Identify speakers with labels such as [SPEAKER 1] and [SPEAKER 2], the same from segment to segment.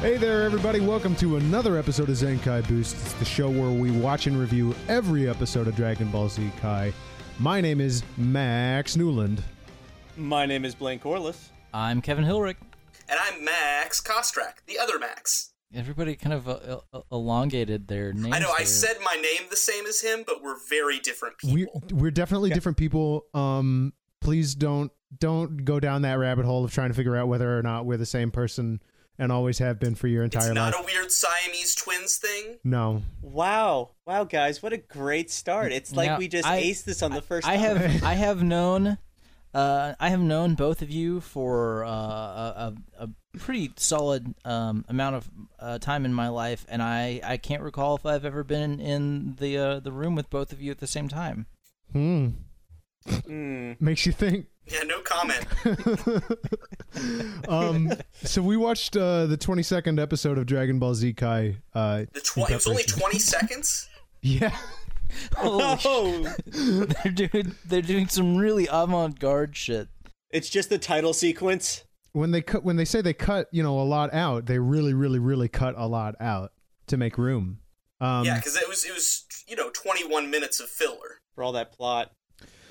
[SPEAKER 1] Hey there, everybody. Welcome to another episode of Zenkai Boost. It's the show where we watch and review every episode of Dragon Ball Z Kai. My name is Max Newland.
[SPEAKER 2] My name is Blaine Corliss.
[SPEAKER 3] I'm Kevin Hilrich.
[SPEAKER 4] And I'm Max Kostrak, the other Max.
[SPEAKER 3] Everybody kind of uh, uh, elongated their names.
[SPEAKER 4] I know I
[SPEAKER 3] there.
[SPEAKER 4] said my name the same as him, but we're very different people.
[SPEAKER 1] We're, we're definitely different people. Um, please don't don't go down that rabbit hole of trying to figure out whether or not we're the same person and always have been for your
[SPEAKER 4] it's
[SPEAKER 1] entire
[SPEAKER 4] not
[SPEAKER 1] life.
[SPEAKER 4] a weird Siamese twins thing.
[SPEAKER 1] no,
[SPEAKER 2] Wow. Wow, guys, what a great start. It's like
[SPEAKER 3] Now,
[SPEAKER 2] we just
[SPEAKER 3] I-
[SPEAKER 2] aced this on the first
[SPEAKER 3] I
[SPEAKER 2] time.
[SPEAKER 3] have I have known uh, I have known both of you for uh, a, a a pretty solid um, amount of uh, time in my life, and I, I can't recall if I've ever been in the uh, the room with both of you at the same time.
[SPEAKER 1] hmm,
[SPEAKER 2] Mm.
[SPEAKER 1] makes you think.
[SPEAKER 4] Yeah, no comment.
[SPEAKER 1] Um, so we watched uh, the 22nd episode of Dragon Ball Z Kai. Uh,
[SPEAKER 4] The tw- it was only 20 seconds.
[SPEAKER 1] yeah,
[SPEAKER 3] Holy sh-
[SPEAKER 2] Oh,
[SPEAKER 3] they're doing they're doing some really avant garde shit.
[SPEAKER 2] it's just the title sequence.
[SPEAKER 1] when they cut when they say they cut you know a lot out, they really really really cut a lot out to make room. Um,
[SPEAKER 4] yeah, because it was it was you know 21 minutes of filler.
[SPEAKER 2] For all that plot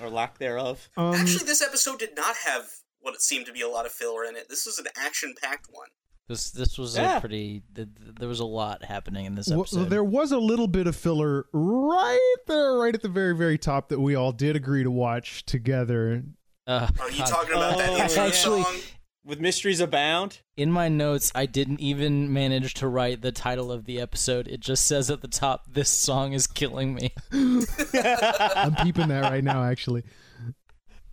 [SPEAKER 2] or lack thereof.
[SPEAKER 1] um,
[SPEAKER 4] Actually, this episode did not have what it seemed to be a lot of filler in it. This was an action-packed one.
[SPEAKER 3] This this was
[SPEAKER 2] Yeah.
[SPEAKER 3] a pretty th- th- there was a lot happening in this
[SPEAKER 1] Well,
[SPEAKER 3] episode.
[SPEAKER 1] there was a little bit of filler right there, right at the very, very top that we all did agree to watch together.
[SPEAKER 3] Uh,
[SPEAKER 4] Are you
[SPEAKER 3] God.
[SPEAKER 4] talking about
[SPEAKER 2] Oh,
[SPEAKER 4] that intro
[SPEAKER 2] yeah.
[SPEAKER 3] Actually-
[SPEAKER 4] song?
[SPEAKER 2] With mysteries abound.
[SPEAKER 3] In my notes, I didn't even manage to write the title of the episode. It just says at the top, "This song is killing me."
[SPEAKER 1] I'm peeping that right now, actually.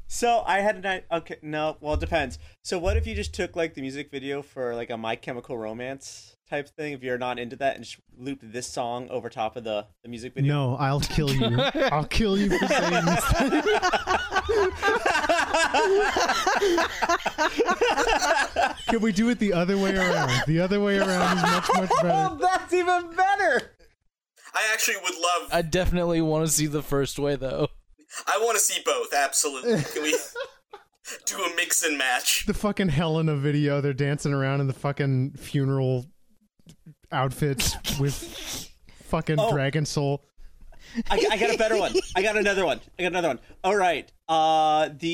[SPEAKER 2] So I had an I okay, no, well it depends. So what if you just took like the music video for like a My Chemical Romance type thing, if you're not into that, and just looped this song over top of the, the music video?
[SPEAKER 1] No, I'll kill you. I'll kill you for saying this. Can we do it the other way around? The other way around is much, much better.
[SPEAKER 2] Oh, that's even better!
[SPEAKER 4] I actually would love.
[SPEAKER 3] I definitely want to see the first way, though.
[SPEAKER 4] I want to see both. Absolutely. Can we do a mix and match?
[SPEAKER 1] The fucking Helena video, they're dancing around in the fucking funeral outfits with fucking
[SPEAKER 2] Oh.
[SPEAKER 1] Dragon Soul.
[SPEAKER 2] I, I got a better one. I got another one. I got another one. All right. Uh, the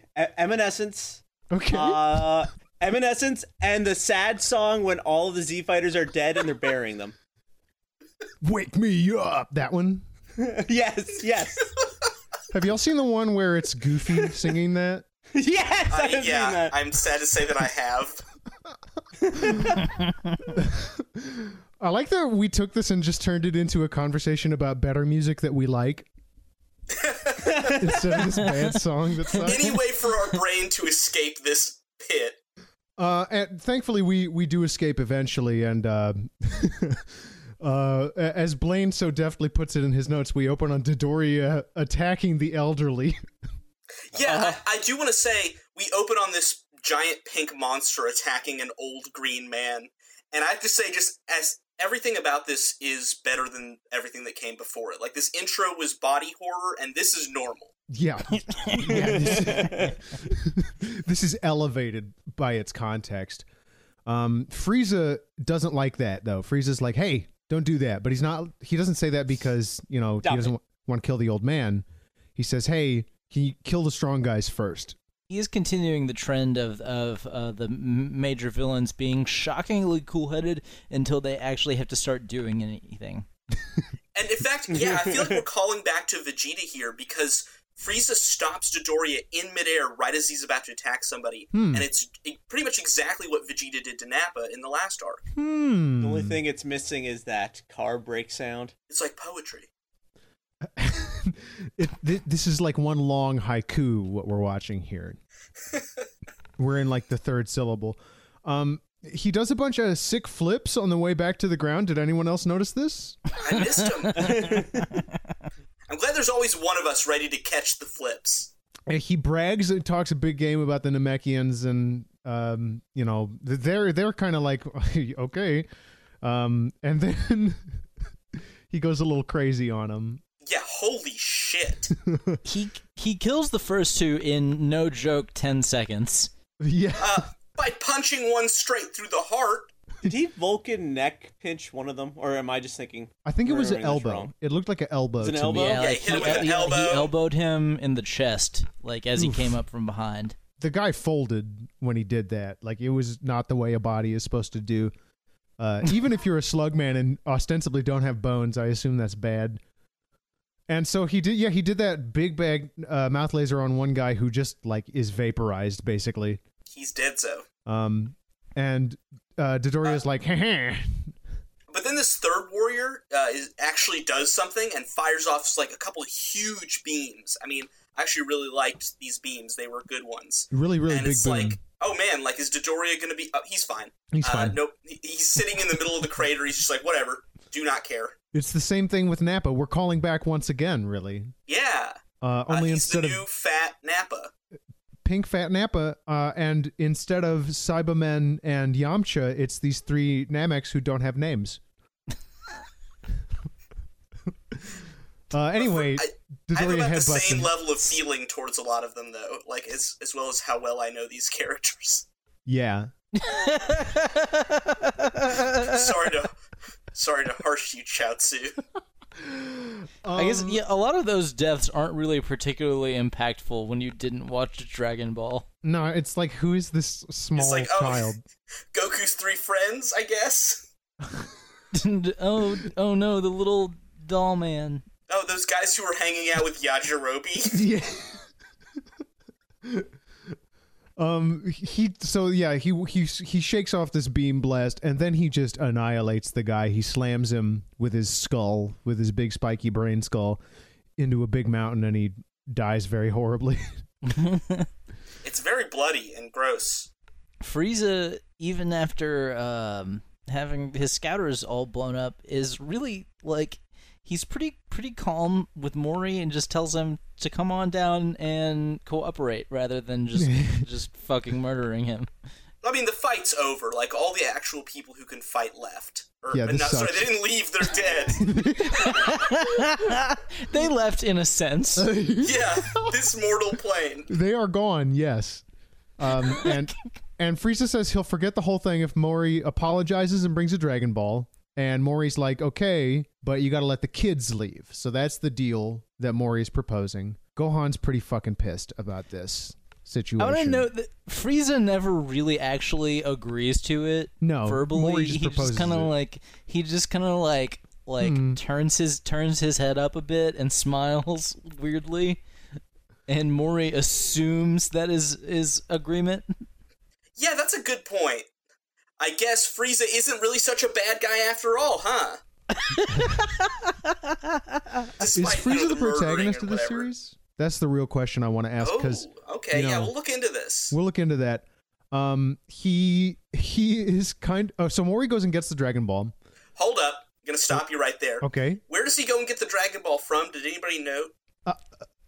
[SPEAKER 2] e- Eminescence.
[SPEAKER 1] Okay.
[SPEAKER 2] Uh, Eminescence and the sad song when all of the Z fighters are dead and they're burying them.
[SPEAKER 1] Wake me up. That one.
[SPEAKER 2] yes. Yes.
[SPEAKER 1] Have y'all seen the one where it's Goofy singing that?
[SPEAKER 2] Yes. I,
[SPEAKER 4] I-
[SPEAKER 2] have seen
[SPEAKER 4] yeah,
[SPEAKER 2] that.
[SPEAKER 4] I'm sad to say that I have.
[SPEAKER 1] I like that we took this and just turned it into a conversation about better music that we like. Instead of this bad song that sucks.
[SPEAKER 4] Any way for our brain to escape this pit.
[SPEAKER 1] Uh, and thankfully, we we do escape eventually, and uh, uh, a- as Blaine so deftly puts it in his notes, we open on Dodoria attacking the elderly.
[SPEAKER 4] Yeah, I, I do want to say we open on this giant pink monster attacking an old green man, and I have to say, just as everything about this is better than everything that came before it. Like this intro was body horror, and this is normal.
[SPEAKER 1] yeah, yeah this, this is elevated by its context. Um, Frieza doesn't like that though. Frieza's like, "Hey, don't do that," but he's not. He doesn't say that because you know
[SPEAKER 2] Stop
[SPEAKER 1] he doesn't want to kill the old man. He says, "Hey, can you kill the strong guys first?
[SPEAKER 3] He is continuing the trend of of uh, the m- major villains being shockingly cool-headed until they actually have to start doing anything.
[SPEAKER 4] And in fact, yeah, I feel like we're calling back to Vegeta here because Frieza stops Dodoria in midair right as he's about to attack somebody, and it's e, pretty much exactly what Vegeta did to Nappa in the last arc.
[SPEAKER 1] Hmm.
[SPEAKER 2] The only thing it's missing is that car brake sound.
[SPEAKER 4] It's like poetry.
[SPEAKER 1] it, th- this is like one long haiku what we're watching here we're in like the third syllable. Um, he does a bunch of sick flips on the way back to the ground. Did anyone else notice this?
[SPEAKER 4] I missed him. I'm glad there's always one of us ready to catch the flips.
[SPEAKER 1] Uh, He brags and talks a big game about the Namekians, and um, you know th- they're they're kind of like okay, um, and then he goes a little crazy on him.
[SPEAKER 4] Yeah, holy shit.
[SPEAKER 3] He he kills the first two in no joke ten seconds.
[SPEAKER 1] Yeah,
[SPEAKER 4] Uh, by punching one straight through the heart.
[SPEAKER 2] Did he Vulcan neck pinch one of them, or am I just thinking?
[SPEAKER 1] I think it was an
[SPEAKER 2] remembering this
[SPEAKER 1] elbow.
[SPEAKER 2] wrong.
[SPEAKER 1] It looked like an elbow.
[SPEAKER 2] It's an
[SPEAKER 1] to
[SPEAKER 2] elbow?
[SPEAKER 1] Me.
[SPEAKER 2] Yeah,
[SPEAKER 3] Yeah, like
[SPEAKER 4] hit him
[SPEAKER 3] he,
[SPEAKER 4] with an
[SPEAKER 3] he- he
[SPEAKER 4] elbow.
[SPEAKER 3] elbowed him in the chest, like as he came up from behind.
[SPEAKER 1] The guy folded when he did that. Like it was not the way a body is supposed to do. Uh, even if you're a slug man and ostensibly don't have bones, I assume that's bad. And so he did. Yeah, he did that big bag uh, mouth laser on one guy who just like is vaporized basically.
[SPEAKER 4] He's dead, so.
[SPEAKER 1] Um, and uh, Didorio's like, "Heh heh."
[SPEAKER 4] But then this third warrior uh, is, actually does something and fires off like a couple of huge beams. I mean, I actually really liked these beams; they were good ones.
[SPEAKER 1] really, really
[SPEAKER 4] and
[SPEAKER 1] big
[SPEAKER 4] it's
[SPEAKER 1] boom.
[SPEAKER 4] like, oh man, like is Dodoria gonna be? Oh, he's fine.
[SPEAKER 1] He's
[SPEAKER 4] uh,
[SPEAKER 1] fine.
[SPEAKER 4] Nope, He- he's sitting in the middle of the crater. He's just like, whatever. Do not care.
[SPEAKER 1] It's the same thing with Napa. We're calling back once again, really.
[SPEAKER 4] Yeah.
[SPEAKER 1] Uh,
[SPEAKER 4] Uh,
[SPEAKER 1] only
[SPEAKER 4] he's
[SPEAKER 1] instead
[SPEAKER 4] the
[SPEAKER 1] of
[SPEAKER 4] new fat Nappa.
[SPEAKER 1] Pink Fat Nappa, uh, and instead of Cybermen and Yamcha, it's these three Nameks who don't have names. uh, anyway,
[SPEAKER 4] I- I have
[SPEAKER 1] Dodoria
[SPEAKER 4] about the
[SPEAKER 1] headbutts
[SPEAKER 4] same
[SPEAKER 1] him.
[SPEAKER 4] level of feeling towards a lot of them, though. Like as as well as how well I know these characters.
[SPEAKER 1] Yeah.
[SPEAKER 4] sorry to, sorry to harsh you, Chaozu.
[SPEAKER 3] I guess
[SPEAKER 1] Um,
[SPEAKER 3] yeah, a lot of those deaths aren't really particularly impactful when you didn't watch Dragon Ball.
[SPEAKER 1] No, it's like who is this small
[SPEAKER 4] It's like, oh,
[SPEAKER 1] child?
[SPEAKER 4] Goku's three friends, I guess.
[SPEAKER 3] And, oh oh no, the little doll man.
[SPEAKER 4] Oh, those guys who were hanging out with Yajirobe.
[SPEAKER 1] Yeah. um. He. So yeah. He. He. He shakes off this beam blast, and then he just annihilates the guy. He slams him with his skull, with his big spiky brain skull, into a big mountain, and he dies very horribly.
[SPEAKER 4] It's very bloody and gross.
[SPEAKER 3] Frieza, even after um, having his scouters all blown up, is really like he's pretty pretty calm with Mori and just tells him to come on down and cooperate rather than just just fucking murdering him.
[SPEAKER 4] I mean, the fight's over. Like all the actual people who can fight left. Or,
[SPEAKER 1] Yeah, this
[SPEAKER 4] not, sorry,
[SPEAKER 1] sucks.
[SPEAKER 4] they didn't leave. They're dead.
[SPEAKER 3] they left in a sense.
[SPEAKER 4] yeah, this mortal plane.
[SPEAKER 1] they are gone. Yes. Um. And. And Frieza says he'll forget the whole thing if Mori apologizes and brings a Dragon Ball. And Mori's like, okay, but you gotta let the kids leave. So that's the deal that Mori is proposing. Gohan's pretty fucking pissed about this situation.
[SPEAKER 3] I want to note that Frieza never really actually agrees to it.
[SPEAKER 1] No,
[SPEAKER 3] verbally,
[SPEAKER 1] Mori just
[SPEAKER 3] he
[SPEAKER 1] proposes
[SPEAKER 3] just kind
[SPEAKER 1] it. Hmm.
[SPEAKER 3] of like he just kind of like like turns his turns his head up a bit and smiles weirdly, and Mori assumes that is is agreement.
[SPEAKER 4] Yeah, that's a good point. I guess Frieza isn't really such a bad guy after all, huh?
[SPEAKER 1] Is
[SPEAKER 4] Despite, you know,
[SPEAKER 1] Frieza the
[SPEAKER 4] murdering
[SPEAKER 1] protagonist
[SPEAKER 4] and
[SPEAKER 1] of this
[SPEAKER 4] whatever.
[SPEAKER 1] series? That's the real question I want to ask because
[SPEAKER 4] Oh, okay.
[SPEAKER 1] you
[SPEAKER 4] yeah,
[SPEAKER 1] know-
[SPEAKER 4] we'll look into this.
[SPEAKER 1] we'll look into that. Um, he he is kind. Oh, so Mori goes and gets the Dragon Ball.
[SPEAKER 4] Hold up. I'm going to stop you right there.
[SPEAKER 1] Okay,
[SPEAKER 4] Where does he go and get the Dragon Ball from? Did anybody know?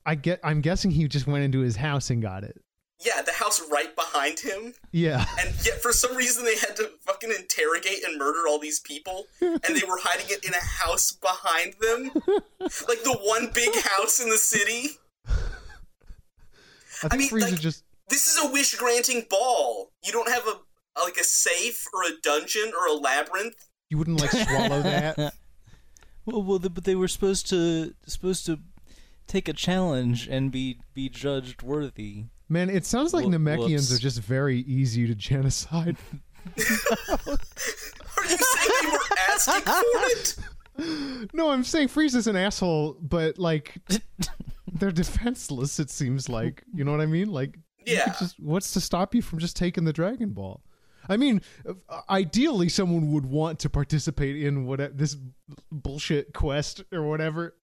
[SPEAKER 1] I get. I'm guessing he just went into his house and got it.
[SPEAKER 4] Yeah, the house right behind him.
[SPEAKER 1] Yeah.
[SPEAKER 4] And yet, for some reason, they had to fucking interrogate and murder all these people, and they were hiding it in a house behind them, like the one big house in the city.
[SPEAKER 1] I
[SPEAKER 4] I
[SPEAKER 1] think
[SPEAKER 4] mean,
[SPEAKER 1] Frieza
[SPEAKER 4] like-
[SPEAKER 1] just
[SPEAKER 4] This is a wish granting ball. You don't have a like a safe or a dungeon or a labyrinth.
[SPEAKER 1] you wouldn't like swallow that.
[SPEAKER 3] Well, well, but they were supposed to supposed to take a challenge and be be judged worthy.
[SPEAKER 1] Man, it sounds like
[SPEAKER 3] Whoop-
[SPEAKER 1] Namekians
[SPEAKER 3] whoops.
[SPEAKER 1] are just very easy to genocide.
[SPEAKER 4] Are you saying they were asking for it?
[SPEAKER 1] no, I'm saying Frieza's an asshole, but like they're defenseless. It seems like you know what I mean. Like, you could
[SPEAKER 4] Yeah.
[SPEAKER 1] just, what's to stop you from just taking the Dragon Ball? I mean, uh, ideally, someone would want to participate in what this bullshit quest or whatever.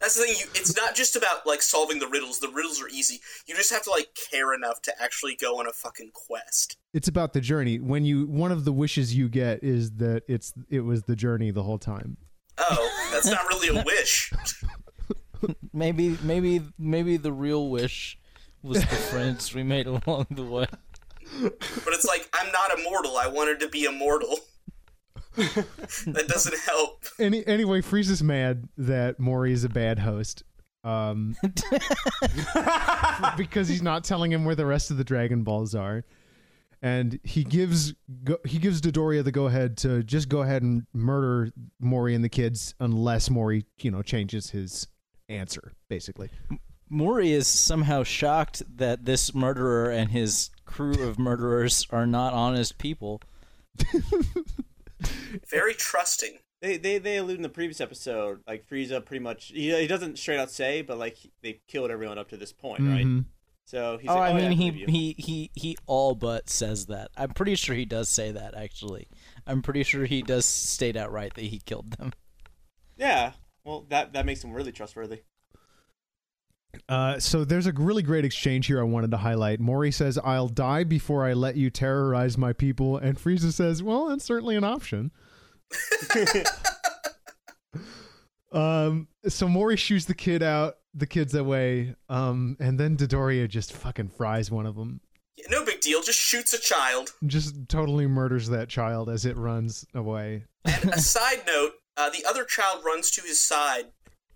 [SPEAKER 4] That's the thing. You, it's not just about like solving the riddles. The riddles are easy. You just have to like care enough to actually go on a fucking quest.
[SPEAKER 1] It's about the journey. When you one of the wishes you get is that it's it was the journey the whole time.
[SPEAKER 4] Oh, that's not really a wish.
[SPEAKER 3] Maybe, maybe, maybe the real wish was the friends we made along the way.
[SPEAKER 4] But it's like I'm not immortal. I wanted to be immortal. that doesn't help.
[SPEAKER 1] Any anyway, Frieza's mad that Maury is a bad host. Um, because he's not telling him where the rest of the Dragon Balls are, and he gives go, he gives Dodoria the go ahead to just go ahead and murder Maury and the kids unless Maury you know changes his answer basically.
[SPEAKER 3] Mori is somehow shocked that this murderer and his crew of murderers are not honest people.
[SPEAKER 4] Very trusting.
[SPEAKER 2] They, they they allude in the previous episode like Frieza pretty much he, he doesn't straight out say but like he- they killed everyone up to this point right
[SPEAKER 1] Mhm.
[SPEAKER 2] so he's
[SPEAKER 3] oh,
[SPEAKER 2] like
[SPEAKER 3] I
[SPEAKER 2] oh, yeah,
[SPEAKER 3] mean,
[SPEAKER 2] believe
[SPEAKER 3] he,
[SPEAKER 2] you.
[SPEAKER 3] he he he all but says that. I'm pretty sure he does say that. Actually, I'm pretty sure he does state outright that he killed them.
[SPEAKER 2] yeah well that that makes him really trustworthy
[SPEAKER 1] Uh, so there's a really great exchange here I wanted to highlight. Maury says, "I'll die before I let you terrorize my people," and Frieza says, "Well, that's certainly an option." um, so Maury shoots the kid out, the kids away, um, and then Dodoria just fucking fries one of them,
[SPEAKER 4] Yeah, No big deal. Just shoots a child.
[SPEAKER 1] just totally murders that child as it runs away.
[SPEAKER 4] And a side note: uh, the other child runs to his side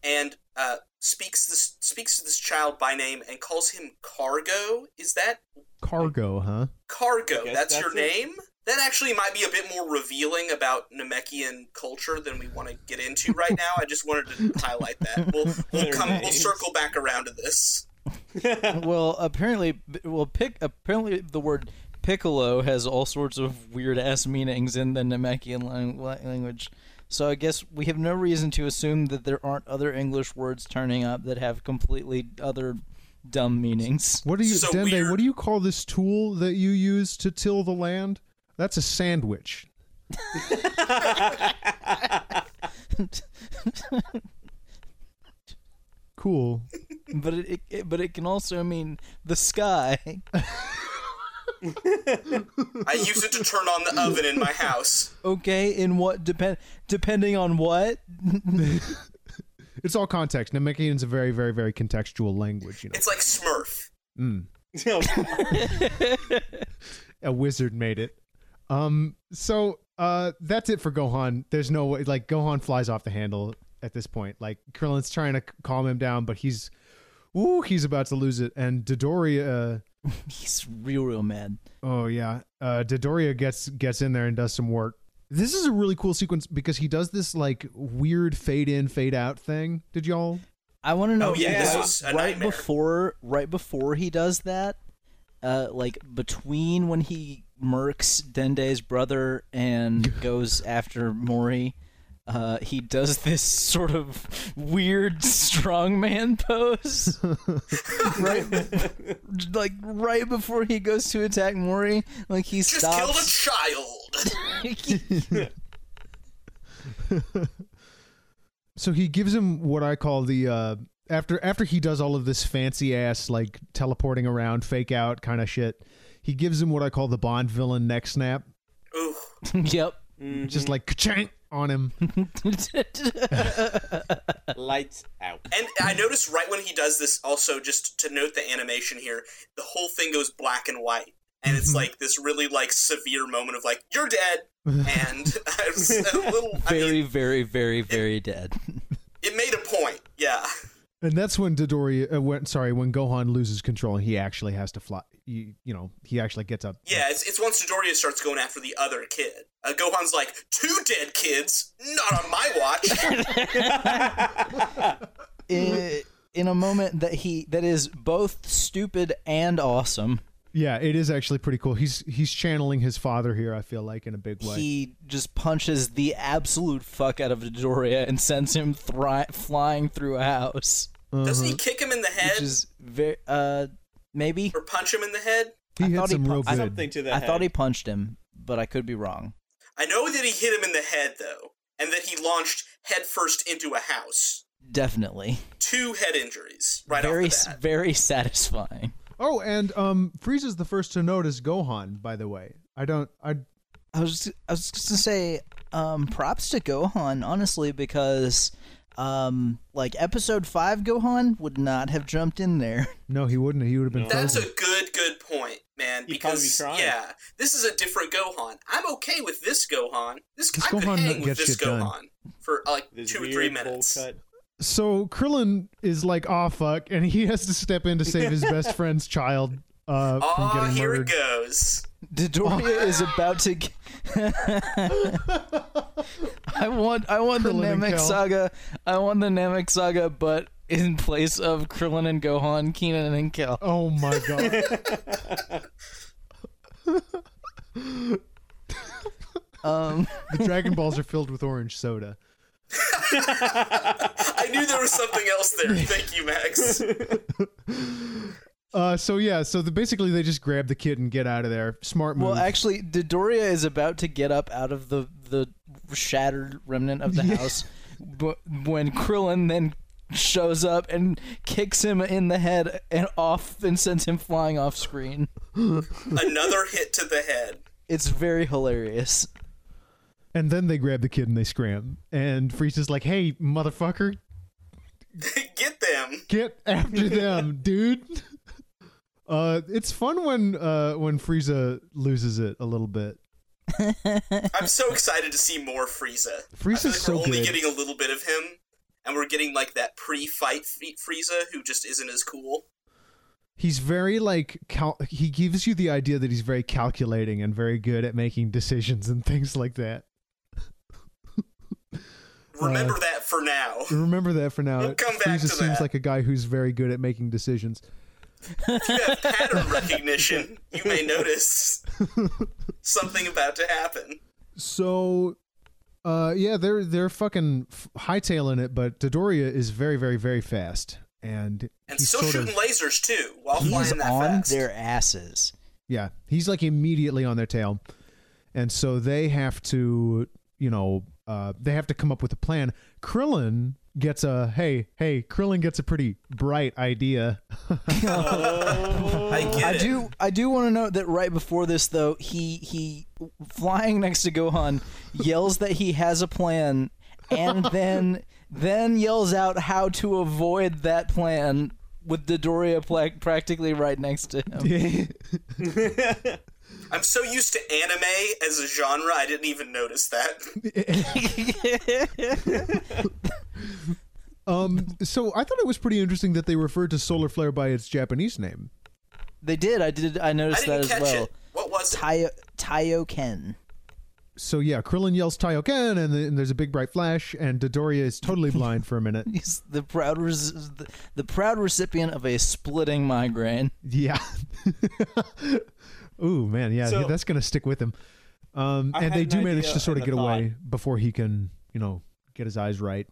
[SPEAKER 4] and uh, speaks this speaks to this child by name and calls him Cargo. Is that
[SPEAKER 1] Cargo, huh?
[SPEAKER 4] Cargo?
[SPEAKER 2] I guess
[SPEAKER 4] That's,
[SPEAKER 2] that's
[SPEAKER 4] your
[SPEAKER 2] it.
[SPEAKER 4] name. That actually might be a bit more revealing about Namekian culture than we want to get into right now. I just wanted to highlight that. We'll we'll
[SPEAKER 2] Their
[SPEAKER 4] come we'll
[SPEAKER 2] names.
[SPEAKER 4] circle back around to this.
[SPEAKER 3] well, apparently, well, pick apparently the word piccolo has all sorts of weird ass meanings in the Namekian lang- language. So I guess we have no reason to assume that there aren't other English words turning up that have completely other dumb meanings.
[SPEAKER 1] What do you,
[SPEAKER 4] This is a
[SPEAKER 1] Dende?
[SPEAKER 4] weird-
[SPEAKER 1] What do you call this tool that you use to till the land? That's a sandwich. Cool.
[SPEAKER 3] but it, it but it can also mean the sky.
[SPEAKER 4] I use it to turn on the oven in my house.
[SPEAKER 3] Okay, in what depend depending on what?
[SPEAKER 1] It's all context. Namekian's a very, very, very contextual language. You know, Mm.
[SPEAKER 4] It's like Smurf.
[SPEAKER 1] a wizard made it. Um. So, uh, that's it for Gohan. There's no way. Like Gohan flies off the handle at this point. Like Krillin's trying to c- calm him down, but he's, ooh, he's about to lose it. And uh, Dodoria.
[SPEAKER 3] He's real real mad.
[SPEAKER 1] Oh yeah, uh, Dodoria gets gets in there and does some work. This is a really cool sequence because he does this like weird fade in, fade out thing. Did y'all?
[SPEAKER 3] I want to know
[SPEAKER 4] Oh, yeah,
[SPEAKER 2] this
[SPEAKER 3] right,
[SPEAKER 4] was a
[SPEAKER 3] right
[SPEAKER 4] nightmare.
[SPEAKER 3] before right before he does that, uh, like between when he murks Dende's brother and goes after Mori, uh, he does this sort of weird strongman pose. right, like right before he goes to attack Mori, like he
[SPEAKER 4] Just
[SPEAKER 3] stops.
[SPEAKER 4] killed a child.
[SPEAKER 1] So he gives him what I call the uh, after after he does all of this fancy ass like teleporting around, fake out kind of shit. He gives him what I call the Bond villain neck snap,
[SPEAKER 4] Ooh.
[SPEAKER 3] yep.
[SPEAKER 1] just like ka on him.
[SPEAKER 2] lights out
[SPEAKER 4] And I noticed right when he does this, also just to note the animation here, the whole thing goes black and white, and
[SPEAKER 2] Mm-hmm.
[SPEAKER 4] it's like this really like severe moment of like you're dead, and I was a little. I mean,
[SPEAKER 3] very, very, very, very dead.
[SPEAKER 4] it made a point. Yeah,
[SPEAKER 1] And that's when Dodoria uh, when sorry when Gohan loses control and he actually has to fly. You, you know he actually gets up.
[SPEAKER 4] yeah. It's, it's once Dodoria starts going after the other kid. Uh, Gohan's like two dead kids, not on my watch.
[SPEAKER 1] Mm-hmm.
[SPEAKER 4] Mm-hmm.
[SPEAKER 3] in, in a moment that he that is both stupid and awesome,
[SPEAKER 1] Yeah, it is actually pretty cool. He's he's channeling his father here. I feel like in a big way.
[SPEAKER 3] he just punches the absolute fuck out of Dodoria and sends him thri- flying through a house,
[SPEAKER 4] Doesn't he kick him in the head
[SPEAKER 3] which is very uh maybe.
[SPEAKER 4] or punch him in the head?
[SPEAKER 1] he
[SPEAKER 3] I
[SPEAKER 1] hits
[SPEAKER 3] thought he
[SPEAKER 1] him real
[SPEAKER 3] pu- I
[SPEAKER 1] good.
[SPEAKER 2] something to that
[SPEAKER 3] I thought he punched him, but I could be wrong.
[SPEAKER 4] I know that he hit him in the head though, and that he launched headfirst into a house.
[SPEAKER 3] Definitely.
[SPEAKER 4] Two head injuries right
[SPEAKER 3] very,
[SPEAKER 4] off the
[SPEAKER 3] s-
[SPEAKER 4] bat.
[SPEAKER 3] very satisfying.
[SPEAKER 1] Oh, and um, Frieza's the first to notice Gohan. By the way, I don't. I
[SPEAKER 3] I was I was just gonna say, um, props to Gohan, honestly, because um, like episode five Gohan would not have jumped in there.
[SPEAKER 1] no, he wouldn't. He would have been.
[SPEAKER 2] No.
[SPEAKER 4] That's
[SPEAKER 1] frozen.
[SPEAKER 4] a good, good point, man.
[SPEAKER 2] He'd probably be
[SPEAKER 4] Because
[SPEAKER 2] crying.
[SPEAKER 4] yeah, this is a different Gohan. I'm okay with this Gohan. This,
[SPEAKER 1] This
[SPEAKER 4] I could
[SPEAKER 1] Gohan
[SPEAKER 4] hang with
[SPEAKER 1] gets shit
[SPEAKER 4] this
[SPEAKER 1] done.
[SPEAKER 4] Gohan for uh, like
[SPEAKER 2] This
[SPEAKER 4] two or
[SPEAKER 2] weird
[SPEAKER 4] three
[SPEAKER 2] bowl
[SPEAKER 4] minutes.
[SPEAKER 2] cut.
[SPEAKER 1] so Krillin is like, "Ah, fuck," and he has to step in to save his best friend's child uh, from
[SPEAKER 4] Ah,
[SPEAKER 1] getting
[SPEAKER 4] here
[SPEAKER 1] murdered.
[SPEAKER 4] it goes.
[SPEAKER 3] Dodoria is about to. G- I want I want the
[SPEAKER 1] Krillin and
[SPEAKER 3] Namek
[SPEAKER 1] Kel.
[SPEAKER 3] saga. I want the Namek saga, but in place of Krillin and Gohan, Keenan and Kel.
[SPEAKER 1] Oh my god!
[SPEAKER 3] Um,
[SPEAKER 1] the Dragon Balls are filled with orange soda.
[SPEAKER 4] I knew there was something else there. Thank you, Max.
[SPEAKER 1] Uh, so yeah, so the, basically they just grab the kid and get out of there. Smart move.
[SPEAKER 3] well, actually, Dodoria is about to get up out of the the shattered remnant of the house, but when Krillin then shows up and kicks him in the head and off and sends him flying off screen.
[SPEAKER 4] Another hit to the head.
[SPEAKER 3] It's very hilarious.
[SPEAKER 1] and then they grab the kid and they scram. And Frieza's like, "Hey, motherfucker,
[SPEAKER 4] Get them.
[SPEAKER 1] get after them, dude." Uh, it's fun when uh when Frieza loses it a little bit.
[SPEAKER 4] I'm so excited to see more Frieza. I
[SPEAKER 1] Frieza's
[SPEAKER 4] feel like
[SPEAKER 1] so
[SPEAKER 4] we're only
[SPEAKER 1] good.
[SPEAKER 4] getting a little bit of him, and we're getting like that pre-fight Fri- Frieza who just isn't as cool.
[SPEAKER 1] He's very like cal- he gives you the idea that he's very calculating and very good at making decisions and things like that. Uh,
[SPEAKER 4] Remember that for now.
[SPEAKER 1] Remember that for now.
[SPEAKER 4] We'll come back
[SPEAKER 1] Frieza
[SPEAKER 4] to
[SPEAKER 1] seems
[SPEAKER 4] that.
[SPEAKER 1] like a guy who's very good at making decisions.
[SPEAKER 4] If you have pattern recognition, you may notice something about to happen.
[SPEAKER 1] So, uh, yeah, they're they're fucking f- hightailing it, but Dodoria is very, very, very fast, and
[SPEAKER 4] And
[SPEAKER 1] he's
[SPEAKER 4] still
[SPEAKER 1] sort
[SPEAKER 4] shooting
[SPEAKER 1] of
[SPEAKER 4] lasers too, while
[SPEAKER 3] He's
[SPEAKER 4] flying that
[SPEAKER 3] on
[SPEAKER 4] fast.
[SPEAKER 3] their asses.
[SPEAKER 1] yeah, he's like immediately on their tail, and so they have to, you know, uh, they have to come up with a plan. Krillin gets a hey, hey, Krillin gets a pretty bright idea.
[SPEAKER 4] I get
[SPEAKER 3] I
[SPEAKER 4] it.
[SPEAKER 3] do. I do want to note that right before this, though, he he flying next to Gohan yells that he has a plan, and then then yells out how to avoid that plan with Dodoria pla- practically right next to him.
[SPEAKER 4] I'm so used to anime as a genre, I didn't even notice that.
[SPEAKER 1] um, so I thought it was pretty interesting that they referred to Solar Flare by its Japanese name.
[SPEAKER 3] They did. I did. I
[SPEAKER 4] I
[SPEAKER 3] noticed that
[SPEAKER 4] didn't
[SPEAKER 3] as
[SPEAKER 4] catch
[SPEAKER 3] well.
[SPEAKER 4] it. What was it?
[SPEAKER 3] Tayo Tayo Ken.
[SPEAKER 1] So yeah, Krillin yells Taioken, and, then there's a big bright flash, and Dodoria is totally blind for a minute.
[SPEAKER 3] He's the proud res- the, the proud recipient of a splitting migraine.
[SPEAKER 1] Yeah. Ooh man, yeah,
[SPEAKER 2] So-
[SPEAKER 1] that's gonna stick with him. Um, and
[SPEAKER 2] I had
[SPEAKER 1] they
[SPEAKER 2] an
[SPEAKER 1] do manage
[SPEAKER 2] idea
[SPEAKER 1] to sort of
[SPEAKER 2] and a
[SPEAKER 1] get away before he can, you know, get his eyes right.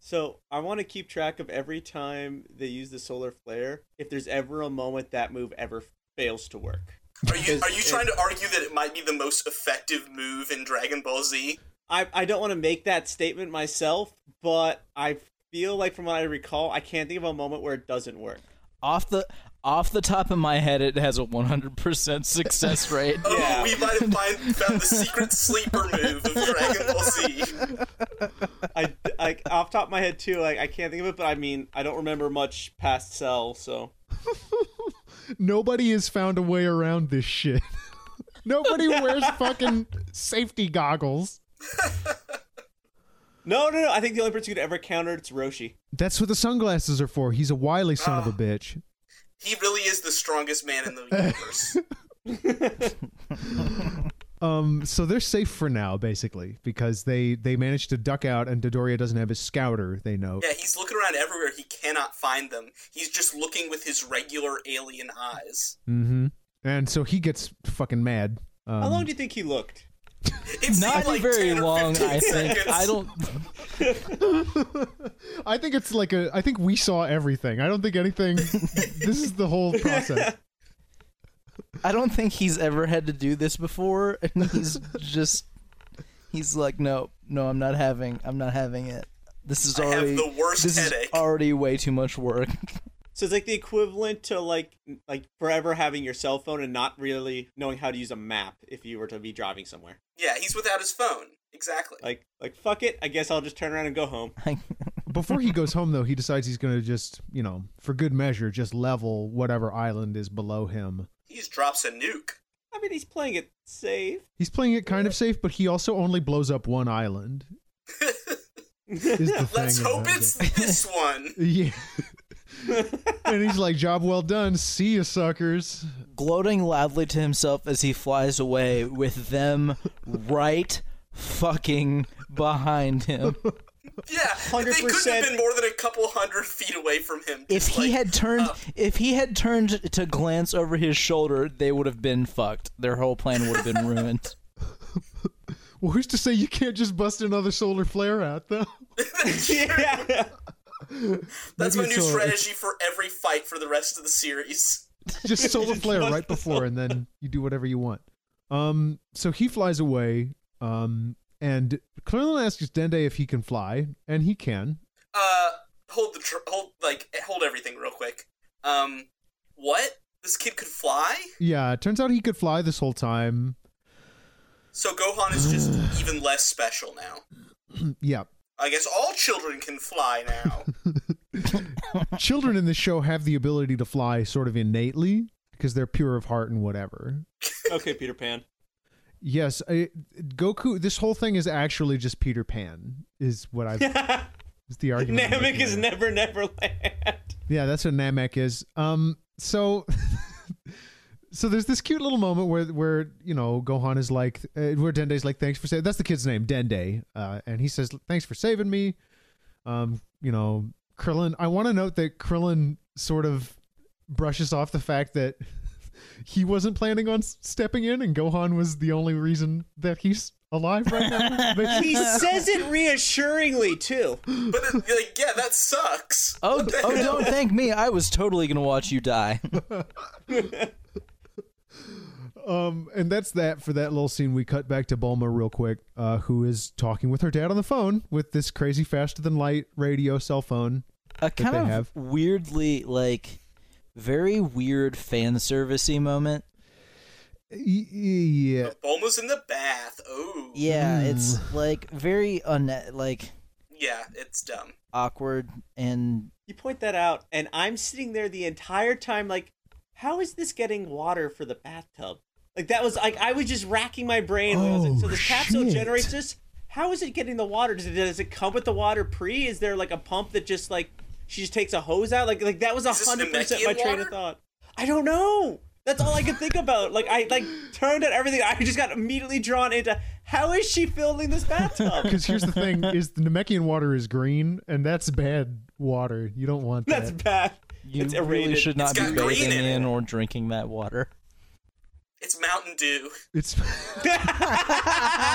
[SPEAKER 2] So I want to keep track of every time they use the solar flare. If there's ever a moment that move ever fails to work,
[SPEAKER 4] Are you are you trying to argue that it might be the most effective move in Dragon Ball Z?
[SPEAKER 2] I I don't want to make that statement myself, but I feel like from what I recall, I can't think of a moment where it doesn't work.
[SPEAKER 3] Off the off the top of my head, it has a 100% success rate.
[SPEAKER 4] Oh,
[SPEAKER 2] Yeah.
[SPEAKER 4] we might have find, found the secret sleeper move of Dragon Ball Z.
[SPEAKER 2] I like off top of my head too. Like I can't think of it, but I mean I don't remember much past Cell. So
[SPEAKER 1] Nobody has found a way around this shit. Nobody wears fucking safety goggles.
[SPEAKER 2] no, no, no. I think the only person who could ever counter it's Roshi.
[SPEAKER 1] That's what the sunglasses are for. He's a wily son
[SPEAKER 2] Ah.
[SPEAKER 1] of a bitch.
[SPEAKER 4] He really is the strongest man in the universe.
[SPEAKER 1] Um, so they're safe for now, basically, because they they managed to duck out, and Dodoria doesn't have his scouter. They know.
[SPEAKER 4] Yeah, he's looking around everywhere. He cannot find them. He's just looking with his regular alien eyes.
[SPEAKER 1] Mm-hmm. And so he gets fucking mad. Um,
[SPEAKER 2] How long do you think he looked?
[SPEAKER 4] It
[SPEAKER 3] Not
[SPEAKER 4] seemed like
[SPEAKER 3] very
[SPEAKER 4] 10 or
[SPEAKER 3] long,
[SPEAKER 4] 15
[SPEAKER 3] I think.
[SPEAKER 4] seconds.
[SPEAKER 3] I don't.
[SPEAKER 1] I think it's like a. I think we saw everything. I don't think anything. this is the whole process.
[SPEAKER 3] I don't think he's ever had to do this before, and he's just. He's like, no, no, I'm not having, I'm not having it. This is
[SPEAKER 4] I have
[SPEAKER 3] already
[SPEAKER 4] the worst
[SPEAKER 3] this
[SPEAKER 4] headache.
[SPEAKER 3] is already way too much work.
[SPEAKER 2] So it's like the equivalent to like like forever having your cell phone and not really knowing how to use a map if you were to be driving somewhere.
[SPEAKER 4] Yeah, he's without his phone. Exactly.
[SPEAKER 2] Like like fuck it, I guess I'll just turn around and go home.
[SPEAKER 1] Before he goes home, though, he decides he's going to just, you know, for good measure, just level whatever island is below him.
[SPEAKER 4] he just drops a nuke.
[SPEAKER 2] I mean, he's playing it safe.
[SPEAKER 1] He's playing it kind of safe, but he also only blows up one island. is the
[SPEAKER 4] Let's
[SPEAKER 1] thing
[SPEAKER 4] hope
[SPEAKER 1] about
[SPEAKER 4] it's
[SPEAKER 1] it.
[SPEAKER 4] this one.
[SPEAKER 1] Yeah. and he's like, job well done. See you, suckers.
[SPEAKER 3] Gloating loudly to himself as he flies away with them right fucking behind him.
[SPEAKER 4] Yeah, they couldn't have
[SPEAKER 2] 100%.
[SPEAKER 4] been more than a couple hundred feet away from him.
[SPEAKER 3] If
[SPEAKER 4] Just
[SPEAKER 3] he
[SPEAKER 4] like,
[SPEAKER 3] had turned
[SPEAKER 4] uh,
[SPEAKER 3] if he had turned to glance over his shoulder, they would have been fucked. Their whole plan would have been ruined.
[SPEAKER 1] Well, who's to say you can't just bust another solar flare out, though?
[SPEAKER 2] yeah.
[SPEAKER 4] that's my
[SPEAKER 1] Maybe it's
[SPEAKER 4] new
[SPEAKER 1] all-
[SPEAKER 4] strategy for every fight for the rest of the series.
[SPEAKER 1] just solar flare right before and then you do whatever you want um so he flies away um and Clearland asks Dende if he can fly, and he can.
[SPEAKER 4] Uh, hold the tr- hold like hold everything real quick. Um, what? This kid could fly?
[SPEAKER 1] Yeah, it turns out he could fly this whole time.
[SPEAKER 4] So Gohan is just even less special now.
[SPEAKER 1] yeah.
[SPEAKER 4] I guess all children can fly now.
[SPEAKER 1] Children in this show have the ability to fly sort of innately because they're pure of heart and whatever.
[SPEAKER 2] Okay, Peter Pan.
[SPEAKER 1] Yes, I, Goku, this whole thing is actually just Peter Pan, is what I. is the argument. I'm
[SPEAKER 2] Namek
[SPEAKER 1] making
[SPEAKER 2] is
[SPEAKER 1] right now.
[SPEAKER 2] never never land.
[SPEAKER 1] Yeah, that's what Namek is. Um, so, so there's this cute little moment where where you know Gohan is like, uh, where Dende's like, thanks for saving. That's the kid's name, Dende, uh, and he says, thanks for saving me. Um, you know, Krillin. I want to note that Krillin sort of brushes off the fact that he wasn't planning on s- stepping in, and Gohan was the only reason that he's alive right now.
[SPEAKER 2] He says it reassuringly too.
[SPEAKER 4] but it, like, yeah, that sucks.
[SPEAKER 3] Oh,
[SPEAKER 4] What
[SPEAKER 3] d-
[SPEAKER 4] the
[SPEAKER 3] oh
[SPEAKER 4] hell?
[SPEAKER 3] don't thank me. I was totally going to watch you die.
[SPEAKER 1] Um, and that's that for that little scene. We cut back to Bulma real quick, uh, who is talking with her dad on the phone with this crazy faster than light radio cell phone.
[SPEAKER 3] a kind
[SPEAKER 1] they
[SPEAKER 3] of
[SPEAKER 1] have.
[SPEAKER 3] weirdly like very weird fan servicey moment.
[SPEAKER 1] Y- y- Yeah,
[SPEAKER 4] Bulma's in the bath. Oh, yeah,
[SPEAKER 3] Yeah, it's
[SPEAKER 1] Mm.
[SPEAKER 3] like very un like
[SPEAKER 4] it's dumb.
[SPEAKER 3] awkward and
[SPEAKER 2] You point that out, and I'm sitting there the entire time, like, how is this getting water for the bathtub? Like that was like I was just racking my brain. when I was like,
[SPEAKER 1] Oh,
[SPEAKER 2] so the capsule
[SPEAKER 1] shit.
[SPEAKER 2] generates this. How is it getting the water? Does it, does it come with the water pre? Is there like a pump that just like she just takes a hose out? Like like that was
[SPEAKER 4] Is this
[SPEAKER 2] hundred percent my
[SPEAKER 4] Namekian
[SPEAKER 2] train of
[SPEAKER 4] water?
[SPEAKER 2] thought. I don't know. That's all I could think about. Like I like turned at everything. I just got immediately drawn into how is she filling this bathtub?
[SPEAKER 1] because here's the thing: is the Namekian water is green, and that's bad water. You don't want that.
[SPEAKER 2] That's bad.
[SPEAKER 3] you
[SPEAKER 2] it's
[SPEAKER 3] really
[SPEAKER 2] irradiated.
[SPEAKER 3] should not
[SPEAKER 4] got
[SPEAKER 3] be
[SPEAKER 4] green
[SPEAKER 3] bathing
[SPEAKER 4] in
[SPEAKER 3] in,
[SPEAKER 4] it.
[SPEAKER 3] or drinking that water.
[SPEAKER 4] It's Mountain Dew.
[SPEAKER 1] It's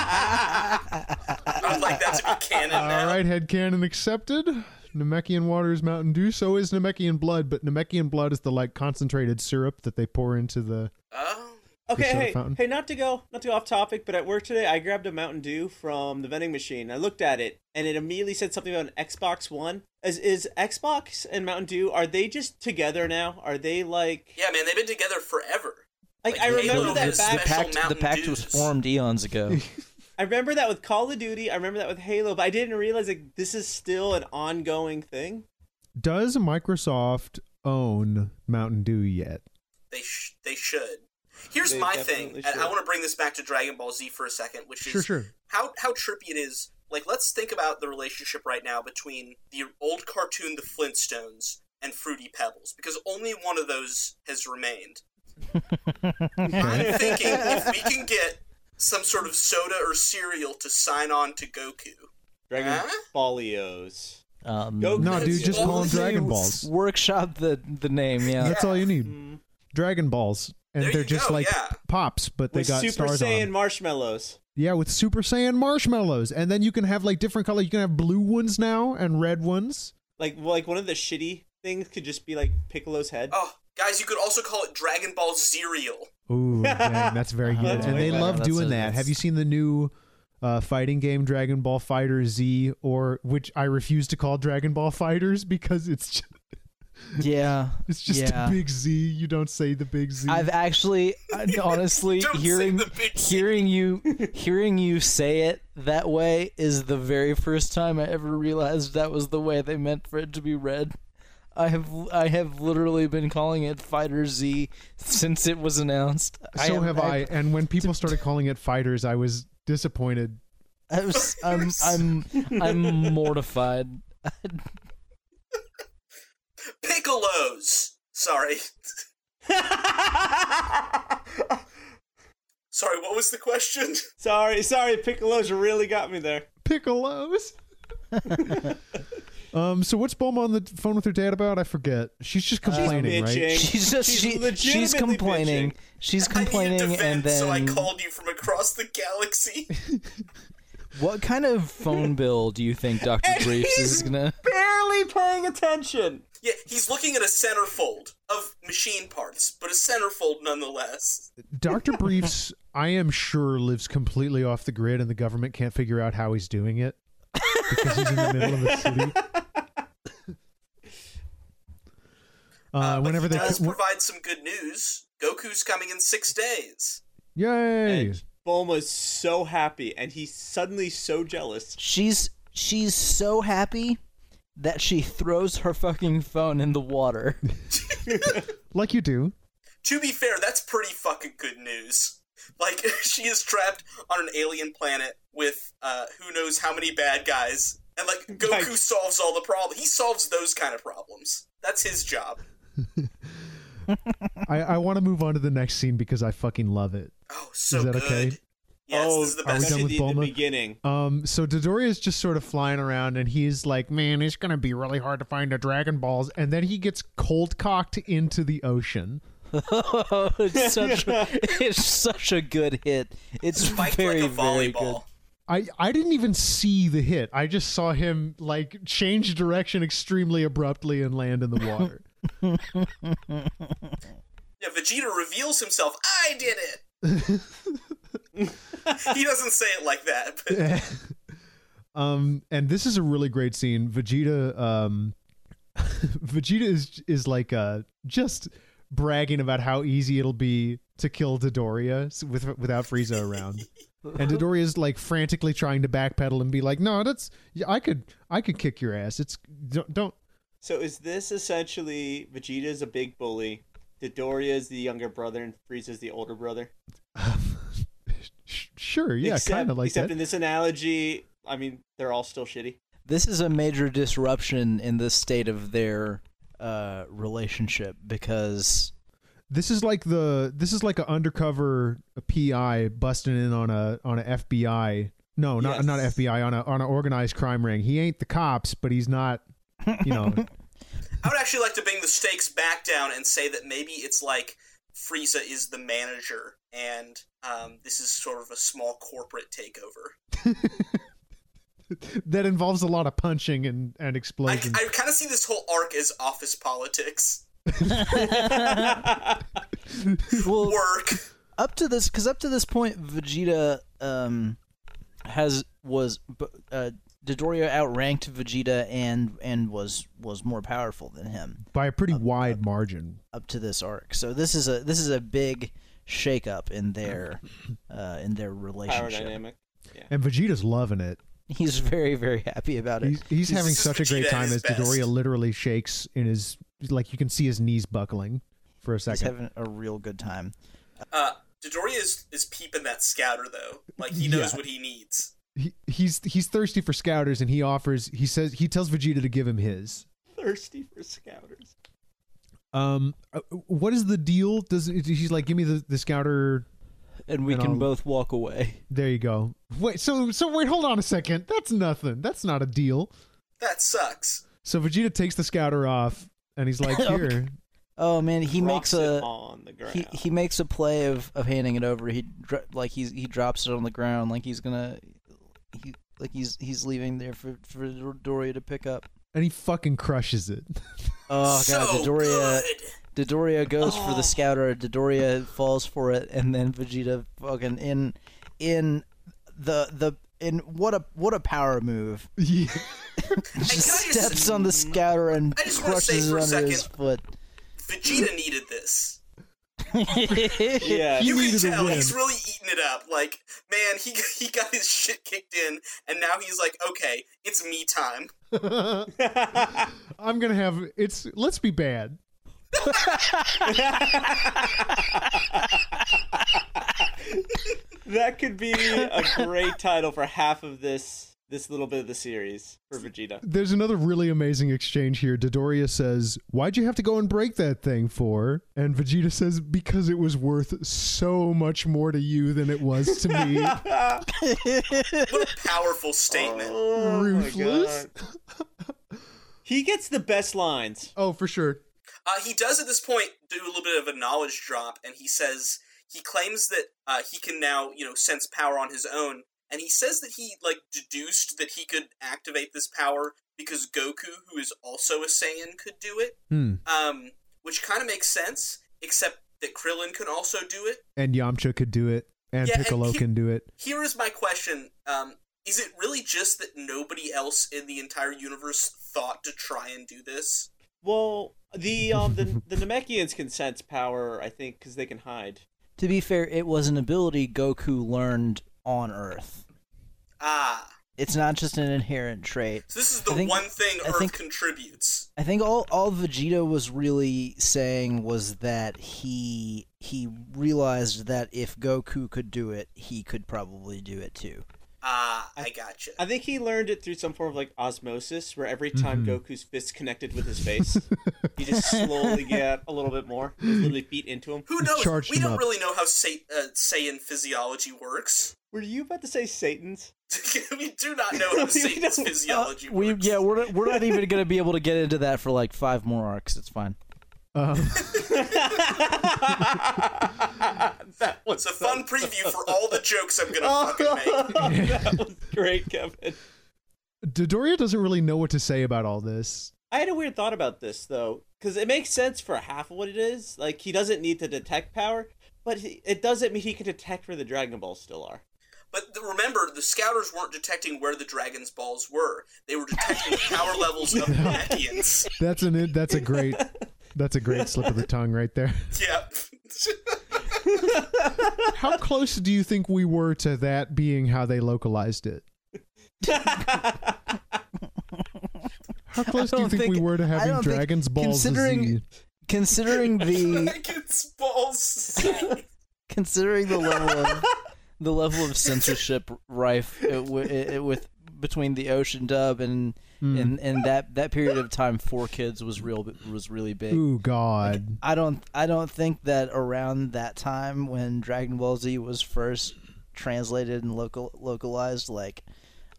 [SPEAKER 4] I would like that to be canon
[SPEAKER 1] all
[SPEAKER 4] now.
[SPEAKER 1] right. Headcanon accepted. Namekian water is Mountain Dew. So is Namekian blood, but Namekian blood is the like concentrated syrup that they pour into the.
[SPEAKER 4] Oh,
[SPEAKER 2] Okay,
[SPEAKER 1] soda
[SPEAKER 2] hey,
[SPEAKER 1] fountain.
[SPEAKER 2] hey, not to go, not to go off topic, but at work today, I grabbed a Mountain Dew from the vending machine. I looked at it, and it immediately said something about an Xbox One. Is is Xbox and Mountain Dew are they just together now? Are they like
[SPEAKER 4] yeah, man, they've been together forever.
[SPEAKER 2] like,
[SPEAKER 4] Like
[SPEAKER 2] I remember
[SPEAKER 4] Halo
[SPEAKER 2] that
[SPEAKER 4] is
[SPEAKER 3] the
[SPEAKER 2] back?
[SPEAKER 4] special
[SPEAKER 3] pact, the
[SPEAKER 4] Mountain
[SPEAKER 3] pact was
[SPEAKER 4] Dews.
[SPEAKER 3] formed eons ago.
[SPEAKER 2] I remember that with Call of Duty. I remember that with Halo, but I didn't realize like this is still an ongoing thing.
[SPEAKER 1] Does Microsoft own Mountain Dew yet?
[SPEAKER 4] They sh- they should. Here's
[SPEAKER 2] They
[SPEAKER 4] my thing,
[SPEAKER 2] definitely
[SPEAKER 4] and I
[SPEAKER 2] should.
[SPEAKER 4] want to bring this back to Dragon Ball Z for a second, which is
[SPEAKER 1] Sure, sure.
[SPEAKER 4] how how trippy it is. Like, let's think about the relationship right now between the old cartoon, The Flintstones, and Fruity Pebbles, because only one of those has remained. I'm thinking if we can get some sort of soda or cereal to sign on to Goku.
[SPEAKER 2] Dragon
[SPEAKER 4] Huh?
[SPEAKER 2] Folios.
[SPEAKER 3] Um,
[SPEAKER 2] Go-
[SPEAKER 1] No,
[SPEAKER 2] That's
[SPEAKER 1] dude, just
[SPEAKER 4] all
[SPEAKER 1] call them
[SPEAKER 4] they
[SPEAKER 1] Dragon
[SPEAKER 4] use.
[SPEAKER 1] Balls.
[SPEAKER 3] workshop the the name. Yeah,
[SPEAKER 1] That's all you need.
[SPEAKER 2] Mm.
[SPEAKER 1] Dragon Balls. And
[SPEAKER 4] There
[SPEAKER 1] they're
[SPEAKER 4] you
[SPEAKER 1] just
[SPEAKER 4] go,
[SPEAKER 1] like
[SPEAKER 4] yeah.
[SPEAKER 1] pops, but they
[SPEAKER 2] With
[SPEAKER 1] got
[SPEAKER 2] Super
[SPEAKER 1] stars on
[SPEAKER 2] Saiyan
[SPEAKER 1] them.
[SPEAKER 2] marshmallows.
[SPEAKER 1] Yeah, with Super Saiyan marshmallows. And then you can have like different colors. You can have blue ones now and red ones.
[SPEAKER 2] Like like one of the shitty things could just be like Piccolo's head.
[SPEAKER 4] Oh, guys, you could also call it Dragon Ball Cereal.
[SPEAKER 1] Ooh, dang, that's very good.
[SPEAKER 2] That's
[SPEAKER 1] and
[SPEAKER 2] way
[SPEAKER 1] they
[SPEAKER 2] better.
[SPEAKER 1] love
[SPEAKER 3] That's
[SPEAKER 1] doing
[SPEAKER 3] a-
[SPEAKER 1] that.
[SPEAKER 3] that's-
[SPEAKER 1] Have you seen the new uh, fighting game Dragon Ball Fighter Z, or which I refuse to call Dragon Ball Fighters because it's just,
[SPEAKER 3] Yeah.
[SPEAKER 1] it's just
[SPEAKER 3] yeah.
[SPEAKER 1] a big Z. You don't say the big Z.
[SPEAKER 3] I've actually uh, honestly
[SPEAKER 4] Don't say
[SPEAKER 3] hearing
[SPEAKER 4] the big C.
[SPEAKER 3] hearing you hearing you say it that way is the very first time I ever realized that was the way they meant for it to be read. I have I have literally been calling it Fighter Z since it was announced.
[SPEAKER 1] so
[SPEAKER 3] am-
[SPEAKER 1] have I. And when people started calling it fighters, I was disappointed.
[SPEAKER 3] I was, I'm I'm I'm mortified.
[SPEAKER 4] Piccolos. Sorry. Oh. Sorry, what was the question?
[SPEAKER 2] sorry, sorry, Piccolo's really got me there.
[SPEAKER 1] Piccolos. um. So what's Bulma on the phone with her dad about? I forget. She's just complaining, right?
[SPEAKER 2] bitching.
[SPEAKER 3] She's just
[SPEAKER 2] She's
[SPEAKER 3] she, she's
[SPEAKER 2] legitimately
[SPEAKER 3] complaining.
[SPEAKER 2] bitching.
[SPEAKER 3] She's
[SPEAKER 4] I
[SPEAKER 3] complaining
[SPEAKER 4] needed to
[SPEAKER 3] and
[SPEAKER 4] vent,
[SPEAKER 3] then
[SPEAKER 4] so I called you from across the galaxy.
[SPEAKER 3] what kind of phone bill do you think Dr.
[SPEAKER 2] And
[SPEAKER 3] Briefs is
[SPEAKER 2] he's
[SPEAKER 3] going to
[SPEAKER 2] Barely paying attention.
[SPEAKER 4] yeah, he's looking at a centerfold of machine parts, but a centerfold nonetheless.
[SPEAKER 1] Uh, Doctor Briefs, I am sure, lives completely off the grid, and the government can't figure out how he's doing it because he's in the middle of a city. Uh,
[SPEAKER 4] but
[SPEAKER 1] whenever
[SPEAKER 4] he
[SPEAKER 1] they,
[SPEAKER 4] does
[SPEAKER 1] w-
[SPEAKER 4] provide some good news. Goku's coming in six days.
[SPEAKER 1] yay!
[SPEAKER 2] And Bulma's so happy, and he's suddenly so jealous.
[SPEAKER 3] She's she's so happy that she throws her fucking phone in the water.
[SPEAKER 1] Like you do.
[SPEAKER 4] To be fair, that's pretty fucking good news. Like she is trapped on an alien planet with uh, who knows how many bad guys, and like Goku
[SPEAKER 2] Right.
[SPEAKER 4] solves all the problems. He solves those kind of problems. That's his job.
[SPEAKER 1] I, I want to move on to the next scene because I fucking love it.
[SPEAKER 4] Oh, so
[SPEAKER 1] Is that
[SPEAKER 4] good.
[SPEAKER 1] okay?
[SPEAKER 4] Yes,
[SPEAKER 2] oh,
[SPEAKER 4] this is the
[SPEAKER 2] are we
[SPEAKER 1] done
[SPEAKER 4] best.
[SPEAKER 2] done
[SPEAKER 1] with
[SPEAKER 2] the,
[SPEAKER 1] Bulma?
[SPEAKER 2] the beginning.
[SPEAKER 1] Um, so Dodoria is just sort of flying around, and he's like, "Man, it's gonna be really hard to find the Dragon Balls." And then he gets cold cocked into the ocean.
[SPEAKER 3] oh, it's such a, it's such a good hit. It's
[SPEAKER 4] Spiked
[SPEAKER 3] very
[SPEAKER 4] like a
[SPEAKER 3] very good.
[SPEAKER 4] volleyball.
[SPEAKER 1] I I didn't even see the hit. I just saw him like change direction extremely abruptly and land in the water.
[SPEAKER 4] Yeah, Vegeta reveals himself. I did it. he doesn't say it like that, but
[SPEAKER 1] um, and this is a really great scene. Vegeta, um, Vegeta is is like uh just bragging about how easy it'll be to kill Dodoria s- with without Frieza around. And Dodoria's like frantically trying to backpedal and be like, "No, that's yeah, I could I could kick your ass. It's don't, don't
[SPEAKER 2] So is this essentially Vegeta's a big bully, Dodoria's the younger brother, and Frieza's the older brother?
[SPEAKER 1] sh- sure, yeah,
[SPEAKER 2] Except-
[SPEAKER 1] kind of like
[SPEAKER 2] Except
[SPEAKER 1] that."
[SPEAKER 2] in this analogy, I mean, they're all still shitty.
[SPEAKER 3] This is a major disruption in the state of their uh, relationship because
[SPEAKER 1] this is like the this is like an undercover PI busting in on a on a FBI. No, not
[SPEAKER 2] Yes.
[SPEAKER 1] not FBI on a on an organized crime ring. He ain't the cops, but he's not. You know,
[SPEAKER 4] I would actually like to bring the stakes back down and say that maybe it's like Frieza is the manager, and um, this is sort of a small corporate takeover.
[SPEAKER 1] that involves a lot of punching and and
[SPEAKER 4] I,
[SPEAKER 1] explosions.
[SPEAKER 4] I kind of see this whole arc as office politics,
[SPEAKER 3] well
[SPEAKER 4] work.
[SPEAKER 3] up to this because up to this point vegeta um has was b- uh Dodoria outranked Vegeta and and was was more powerful than him
[SPEAKER 1] by a pretty wide margin.
[SPEAKER 3] up to this arc. So this is a this is a big shakeup in their uh, in their
[SPEAKER 2] Power
[SPEAKER 3] relationship.
[SPEAKER 2] dynamic.
[SPEAKER 1] And Vegeta's loving it.
[SPEAKER 3] He's very very happy about it.
[SPEAKER 1] He's, he's having
[SPEAKER 4] This is
[SPEAKER 1] such a great
[SPEAKER 4] Vegeta at
[SPEAKER 1] time
[SPEAKER 4] his
[SPEAKER 1] as
[SPEAKER 4] best.
[SPEAKER 1] Dodoria literally shakes in his like you can see his knees buckling for a
[SPEAKER 3] He's
[SPEAKER 1] second.
[SPEAKER 3] having a real good time.
[SPEAKER 4] Uh, Dodoria is, is peeping that scouter though, like he knows
[SPEAKER 1] Yeah.
[SPEAKER 4] what he needs.
[SPEAKER 1] He, he's he's thirsty for scouters, and he offers. He says he tells Vegeta to give him his.
[SPEAKER 2] Thirsty for scouters.
[SPEAKER 1] Um, uh, what is the deal? Does he's like give me the the scouter?
[SPEAKER 3] And we
[SPEAKER 1] And
[SPEAKER 3] can
[SPEAKER 1] I'll-
[SPEAKER 3] both walk away.
[SPEAKER 1] There you go. Wait, so so wait, hold on a second. That's nothing. That's not a deal.
[SPEAKER 4] That sucks.
[SPEAKER 1] So Vegeta takes the scouter off, and he's like,
[SPEAKER 3] Okay.
[SPEAKER 1] here.
[SPEAKER 3] Oh man, he
[SPEAKER 2] Drops
[SPEAKER 3] makes
[SPEAKER 2] it
[SPEAKER 3] a
[SPEAKER 2] on the ground.
[SPEAKER 3] he, he makes a play of, of handing it over. He dro- like he's he drops it on the ground like he's gonna he like he's he's leaving there for for Dodoria to pick up.
[SPEAKER 1] And he fucking crushes it.
[SPEAKER 3] Oh god,
[SPEAKER 4] so
[SPEAKER 3] Dodoria
[SPEAKER 4] good.
[SPEAKER 3] Dodoria goes for the scouter. Dodoria falls for it, and then Vegeta fucking in in the the and what a what a power move!
[SPEAKER 1] Yeah.
[SPEAKER 4] And
[SPEAKER 3] Just
[SPEAKER 4] can I just-
[SPEAKER 3] steps on the scouter and
[SPEAKER 4] I just wanna
[SPEAKER 3] crushes
[SPEAKER 4] say
[SPEAKER 3] it
[SPEAKER 4] for a
[SPEAKER 3] under
[SPEAKER 4] second-
[SPEAKER 3] his foot.
[SPEAKER 4] Vegeta needed this.
[SPEAKER 2] Yeah.
[SPEAKER 1] He
[SPEAKER 4] You can
[SPEAKER 1] needed a
[SPEAKER 4] tell
[SPEAKER 1] win.
[SPEAKER 4] he's really eating it up. Like, man, he he got his shit kicked in, and now he's like, okay, it's me time.
[SPEAKER 1] I'm gonna have it's. Let's be bad.
[SPEAKER 2] that could be a great title for half of this this little bit of the series for Vegeta.
[SPEAKER 1] There's another really amazing exchange here. Dodoria says, "Why'd you have to go and break that thing for?" And Vegeta says, "Because it was worth so much more to you than it was to me."
[SPEAKER 4] What a powerful statement.
[SPEAKER 2] Oh
[SPEAKER 1] Ruthless.
[SPEAKER 2] He gets the best lines.
[SPEAKER 1] Oh, for sure.
[SPEAKER 4] Uh, he does at this point do a little bit of a knowledge drop, and he says he claims that uh, he can now, you know, sense power on his own, and he says that he like deduced that he could activate this power because Goku, who is also a Saiyan, could do it,
[SPEAKER 1] Hmm.
[SPEAKER 4] um, which kind of makes sense, except that Krillin can also do it.
[SPEAKER 1] And Yamcha could do it, and
[SPEAKER 4] Yeah, and
[SPEAKER 1] Piccolo
[SPEAKER 4] he-
[SPEAKER 1] can do it.
[SPEAKER 4] Here is my question: um, Is it really just that nobody else in the entire universe thought to try and do this?
[SPEAKER 2] Well, the um the the Namekians can sense power, I think, because they can hide.
[SPEAKER 3] to be fair, it was an ability Goku learned on Earth.
[SPEAKER 4] Ah,
[SPEAKER 3] It's not just an inherent trait.
[SPEAKER 4] so this is the
[SPEAKER 3] I think-
[SPEAKER 4] one thing
[SPEAKER 3] I
[SPEAKER 4] Earth
[SPEAKER 3] think-
[SPEAKER 4] contributes.
[SPEAKER 3] I think all all Vegeta was really saying was that he he realized that if Goku could do it, he could probably do it too.
[SPEAKER 4] Ah, I gotcha.
[SPEAKER 2] I think he learned it through some form of like osmosis, where every time Goku's fist connected with his face, he just slowly get a little bit more. It was literally beat into him.
[SPEAKER 4] Who
[SPEAKER 1] He
[SPEAKER 4] knows?
[SPEAKER 1] charged
[SPEAKER 4] We
[SPEAKER 1] him
[SPEAKER 4] don't
[SPEAKER 1] up.
[SPEAKER 4] really know how Sa- uh, Saiyan physiology works.
[SPEAKER 2] Were you about to say Satan's?
[SPEAKER 4] we do not know how
[SPEAKER 2] We
[SPEAKER 4] Saiyan's
[SPEAKER 2] don't-
[SPEAKER 4] physiology
[SPEAKER 3] We
[SPEAKER 4] works.
[SPEAKER 3] yeah, we're not, we're not even gonna be able to get into that for like five more arcs. It's fine.
[SPEAKER 1] Um,
[SPEAKER 2] that was
[SPEAKER 4] It's a fun preview for all the jokes I'm gonna
[SPEAKER 2] Oh.
[SPEAKER 4] fucking make.
[SPEAKER 2] that was great, Kevin.
[SPEAKER 1] Dodoria doesn't really know what to say about all this.
[SPEAKER 2] I had a weird thought about this though, because it makes sense for half of what it is. Like he doesn't need to detect power, but he, it doesn't mean he can detect where the Dragon Balls still are.
[SPEAKER 4] But th- remember, the scouters weren't detecting where the dragon's balls were. They were detecting power levels of Namekians.
[SPEAKER 1] That's an that's a great that's a great slip of the tongue right there.
[SPEAKER 4] Yep.
[SPEAKER 1] How close do you think we were to that being how they localized it? How close do you
[SPEAKER 3] don't
[SPEAKER 1] think, we
[SPEAKER 3] think-
[SPEAKER 1] were to
[SPEAKER 3] I
[SPEAKER 1] having
[SPEAKER 3] don't think-
[SPEAKER 1] Dragon's Balls
[SPEAKER 3] considering-
[SPEAKER 1] Z?
[SPEAKER 3] Considering the
[SPEAKER 4] dragon's balls.
[SPEAKER 3] considering the level of the level of censorship rife it, wi- it, it, with between the ocean dub and and and that that period of time for kids was real was really big.
[SPEAKER 1] Ooh God!
[SPEAKER 3] I don't I don't think that around that time when Dragon Ball Z was first translated and local localized like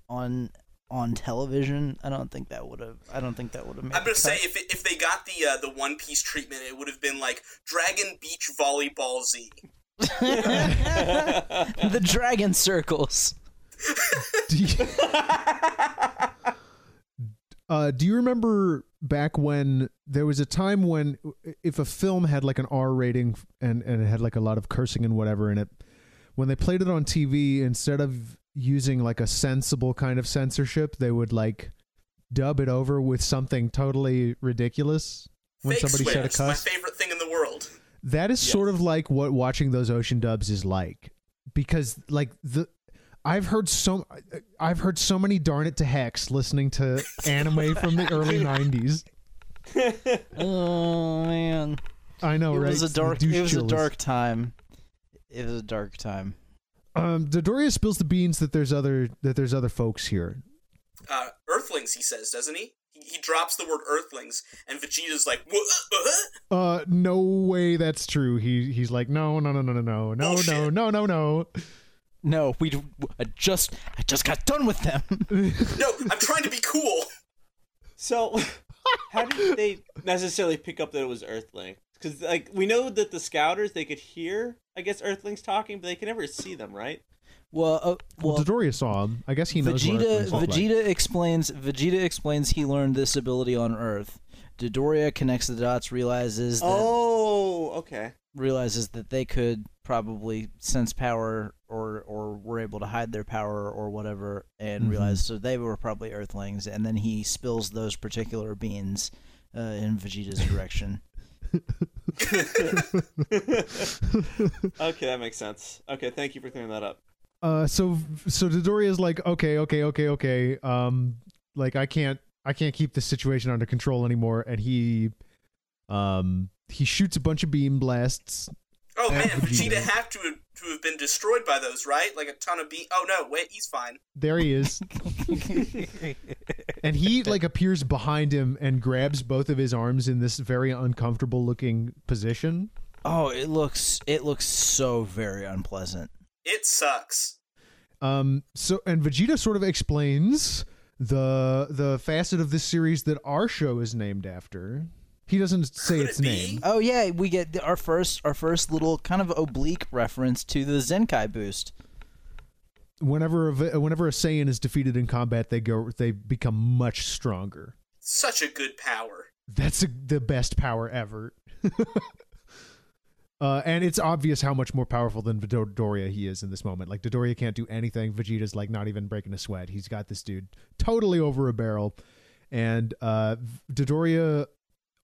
[SPEAKER 3] on on television, I don't think that would have I don't think that would have made
[SPEAKER 4] I'm
[SPEAKER 3] the
[SPEAKER 4] gonna say
[SPEAKER 3] cut.
[SPEAKER 4] if, it, if they got the uh, the One Piece treatment, it would have been like Dragon Beach Volleyball Z.
[SPEAKER 3] the dragon circles.
[SPEAKER 1] Do you, uh, do you remember back when there was a time when if a film had like an R rating and and it had like a lot of cursing and whatever in it, when they played it on TV instead of using like a sensible kind of censorship, they would like dub it over with something totally ridiculous when
[SPEAKER 4] Fake
[SPEAKER 1] somebody said a
[SPEAKER 4] swears, my
[SPEAKER 1] cuss.
[SPEAKER 4] favorite thing in the world.
[SPEAKER 1] that is sort of like what watching those ocean dubs is like because like the I've heard so I've heard so many darn it to hex listening to anime from the early 90s.
[SPEAKER 3] Oh man.
[SPEAKER 1] I know,
[SPEAKER 3] it
[SPEAKER 1] right?
[SPEAKER 3] was a
[SPEAKER 1] It's the
[SPEAKER 3] dark
[SPEAKER 1] douche
[SPEAKER 3] it was a
[SPEAKER 1] chills.
[SPEAKER 3] dark time. It was a dark time.
[SPEAKER 1] Um Dodoria spills the beans that there's other that there's other folks here.
[SPEAKER 4] Uh, Earthlings, he says, doesn't he? he? He drops the word Earthlings, and Vegeta's like, "Wha- uh, uh?"
[SPEAKER 1] Uh no way that's true. He he's like no no no no no no no
[SPEAKER 3] Oh,
[SPEAKER 1] no
[SPEAKER 4] Bullshit.
[SPEAKER 1] no no no.
[SPEAKER 3] No, we d- I just I just got done with them.
[SPEAKER 4] "No, I'm trying to be cool."
[SPEAKER 2] So, how did they necessarily pick up that it was Earthling? Because like we know that the Scouters they could hear, I guess Earthlings talking, but they can never see them, right?
[SPEAKER 3] well, uh,
[SPEAKER 1] Well,
[SPEAKER 3] well
[SPEAKER 1] Dodoria saw him. I guess he knows what
[SPEAKER 3] Vegeta
[SPEAKER 1] Earthlings look like.
[SPEAKER 3] Vegeta explains Vegeta explains he learned this ability on Earth. Dodoria connects the dots, realizes that
[SPEAKER 2] Oh, okay.
[SPEAKER 3] realizes that they could probably sense power or or were able to hide their power or whatever and realize so they were probably Earthlings, and then he spills those particular beans uh, in Vegeta's direction.
[SPEAKER 2] Okay, that makes sense. Okay, thank you for clearing that up.
[SPEAKER 1] Uh, so so Dodoria's like, okay, okay, okay, okay. Um, like I can't I can't keep this situation under control anymore, and he, um, he shoots a bunch of beam blasts.
[SPEAKER 4] Oh man,
[SPEAKER 1] And Vegeta.
[SPEAKER 4] Vegeta have to to have been destroyed by those, right? Like a ton of be. Oh no, wait, he's fine.
[SPEAKER 1] There he is, and he like appears behind him and grabs both of his arms in this very uncomfortable looking position.
[SPEAKER 3] oh, it looks it looks so very unpleasant.
[SPEAKER 4] It sucks.
[SPEAKER 1] Um, so and Vegeta sort of explains the the facet of this series that our show is named after. He doesn't say
[SPEAKER 4] Could
[SPEAKER 1] its
[SPEAKER 4] it be?
[SPEAKER 1] name.
[SPEAKER 3] Oh yeah, we get our first our first little kind of oblique reference to the Zenkai boost.
[SPEAKER 1] whenever a, vi- whenever a Saiyan is defeated in combat, they go they become much stronger.
[SPEAKER 4] Such a good power.
[SPEAKER 1] That's a, the best power ever. uh, and it's obvious how much more powerful than Dodoria he is in this moment. Like Dodoria can't do anything. Vegeta's like not even breaking a sweat. He's got this dude totally over a barrel. And uh, Dodoria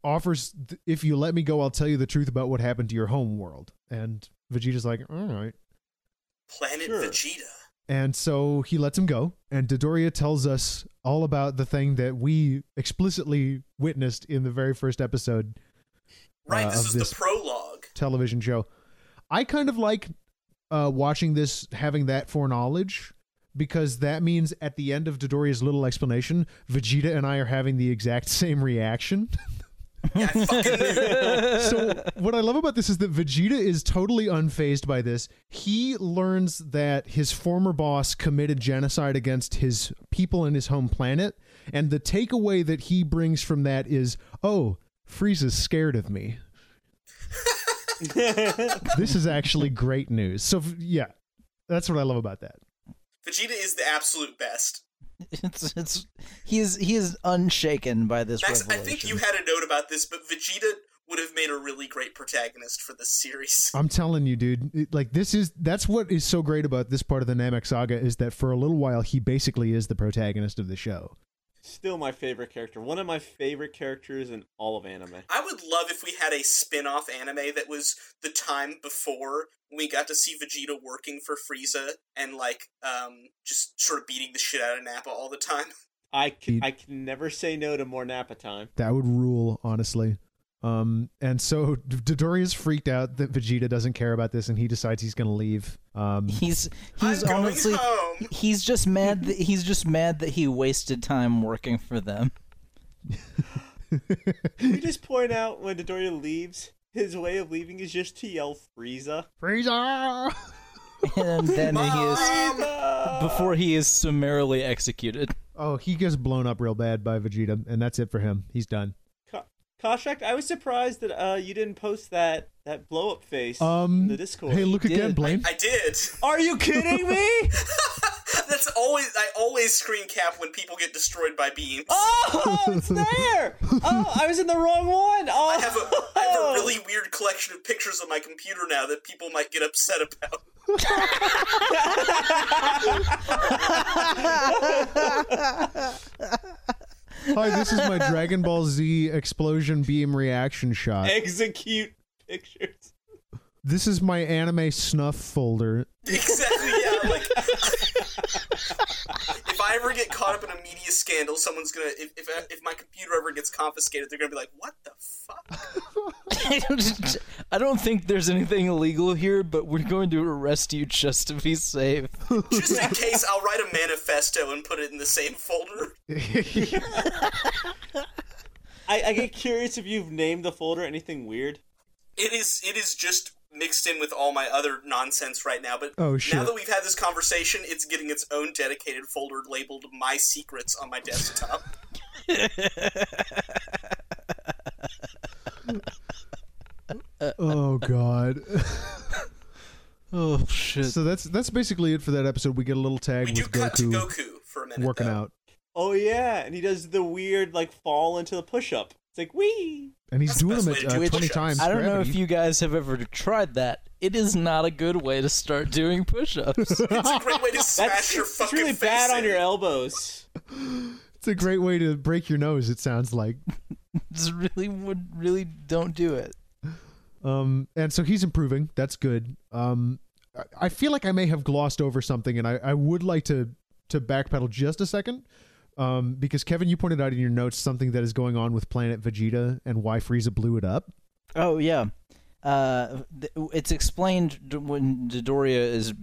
[SPEAKER 1] offers, th- "If you let me go, I'll tell you the truth about what happened to your home world." And Vegeta's like, "All right."
[SPEAKER 4] Planet
[SPEAKER 2] Sure.
[SPEAKER 4] Vegeta.
[SPEAKER 1] And so he lets him go. And Dodoria tells us all about the thing that we explicitly witnessed in the very first episode
[SPEAKER 4] Right,
[SPEAKER 1] Uh,
[SPEAKER 4] this
[SPEAKER 1] of
[SPEAKER 4] is
[SPEAKER 1] this-
[SPEAKER 4] the prologue.
[SPEAKER 1] television show. I kind of like uh, watching this, having that foreknowledge, because that means at the end of Dodoria's little explanation, Vegeta and I are having the exact same reaction.
[SPEAKER 4] Yeah, I fucking knew.
[SPEAKER 1] so what I love about this is that Vegeta is totally unfazed by this. He learns that his former boss committed genocide against his people and his home planet, and the takeaway that he brings from that is, "Oh, Frieza's scared of me." this is actually great news. So f- yeah, that's what I love about that.
[SPEAKER 4] Vegeta is the absolute best.
[SPEAKER 3] It's it's he is he is unshaken by this
[SPEAKER 4] Max, I
[SPEAKER 3] revelation.
[SPEAKER 4] think you had a note about this, but Vegeta would have made a really great protagonist for this series.
[SPEAKER 1] I'm telling you, dude. it- like this is that's what is so great about this part of the Namek saga is that for a little while he basically is the protagonist of the show.
[SPEAKER 2] Still my favorite character. One of my favorite characters in all of anime.
[SPEAKER 4] I would love if we had a spin-off anime that was the time before we got to see Vegeta working for Frieza and like um just sort of beating the shit out of Nappa all the time.
[SPEAKER 2] I can,
[SPEAKER 1] Indeed.
[SPEAKER 2] I can never say no to more Nappa time.
[SPEAKER 1] That would rule, honestly. Um, and so D- Dodoria's freaked out that Vegeta doesn't care about this, and he decides he's gonna leave. Um,
[SPEAKER 3] he's he's
[SPEAKER 4] I'm going
[SPEAKER 3] honestly
[SPEAKER 4] home.
[SPEAKER 3] he's just mad that he's just mad that he wasted time working for them.
[SPEAKER 2] Can you just point out when Dodoria leaves, his way of leaving is just to yell Frieza.
[SPEAKER 1] Frieza.
[SPEAKER 3] And then he is
[SPEAKER 4] Mom!
[SPEAKER 2] Ah,
[SPEAKER 3] before he is summarily executed.
[SPEAKER 1] Oh, he gets blown up real bad by Vegeta, and that's it for him. He's done.
[SPEAKER 2] Ka- Koshak, I was surprised that uh, you didn't post that that blow up face in
[SPEAKER 1] Um,
[SPEAKER 2] the Discord.
[SPEAKER 1] hey, look
[SPEAKER 3] He
[SPEAKER 1] again,
[SPEAKER 3] did.
[SPEAKER 1] Blaine.
[SPEAKER 4] I did.
[SPEAKER 2] Are you kidding me?
[SPEAKER 4] That's always I always screen cap when people get destroyed by beams.
[SPEAKER 2] oh, it's there. Oh, I was in the wrong one. Oh,
[SPEAKER 4] I have a I have a really weird collection of pictures on my computer now that people might get upset about.
[SPEAKER 1] Hi, this is my Dragon Ball Z explosion beam reaction shot.
[SPEAKER 2] execute pictures.
[SPEAKER 1] This is my anime snuff folder.
[SPEAKER 4] Exactly, yeah. Like, if I ever get caught up in a media scandal, someone's gonna. If if, uh, if my computer ever gets confiscated, they're gonna be like, "What the fuck?"
[SPEAKER 3] I don't think there's anything illegal here, but we're going to arrest you just to be safe.
[SPEAKER 4] Just in case, I'll write a manifesto and put it in the same folder.
[SPEAKER 2] I, I get curious if you've named the folder anything weird.
[SPEAKER 4] It is it is just mixed in with all my other nonsense right now. But
[SPEAKER 1] Oh,
[SPEAKER 4] now
[SPEAKER 1] shit.
[SPEAKER 4] that we've had this conversation, it's getting its own dedicated folder labeled "My Secrets" on my desktop.
[SPEAKER 1] oh God.
[SPEAKER 3] Oh shit.
[SPEAKER 1] so that's that's basically it for that episode. We get a little tag
[SPEAKER 4] we do
[SPEAKER 1] with
[SPEAKER 4] cut to
[SPEAKER 1] Goku,
[SPEAKER 4] Goku for a minute.
[SPEAKER 1] working
[SPEAKER 4] though.
[SPEAKER 1] out.
[SPEAKER 2] Oh yeah, and he does the weird like fall into the push up. It's like wee.
[SPEAKER 1] and he's
[SPEAKER 4] That's the
[SPEAKER 1] doing
[SPEAKER 4] best
[SPEAKER 1] them
[SPEAKER 4] way
[SPEAKER 1] at
[SPEAKER 4] to do
[SPEAKER 1] uh,
[SPEAKER 4] it.
[SPEAKER 1] twenty times.
[SPEAKER 3] I don't know if
[SPEAKER 1] gravity.
[SPEAKER 3] you guys have ever tried that. It is not a good way to start doing push-ups.
[SPEAKER 4] It's a great way to smash
[SPEAKER 2] That's
[SPEAKER 4] your
[SPEAKER 2] it's
[SPEAKER 4] fucking
[SPEAKER 2] really
[SPEAKER 4] face
[SPEAKER 2] bad on
[SPEAKER 4] in.
[SPEAKER 2] your elbows.
[SPEAKER 1] It's a great way to break your nose. It sounds like.
[SPEAKER 3] Just really would really don't do it.
[SPEAKER 1] Um, and so he's improving. That's good. Um, I- I feel like I may have glossed over something, and I, I would like to to backpedal just a second, um, because Kevin, you pointed out in your notes something that is going on with Planet Vegeta and why Frieza blew it up.
[SPEAKER 3] Oh yeah, uh, th- it's explained d- when Dodoria is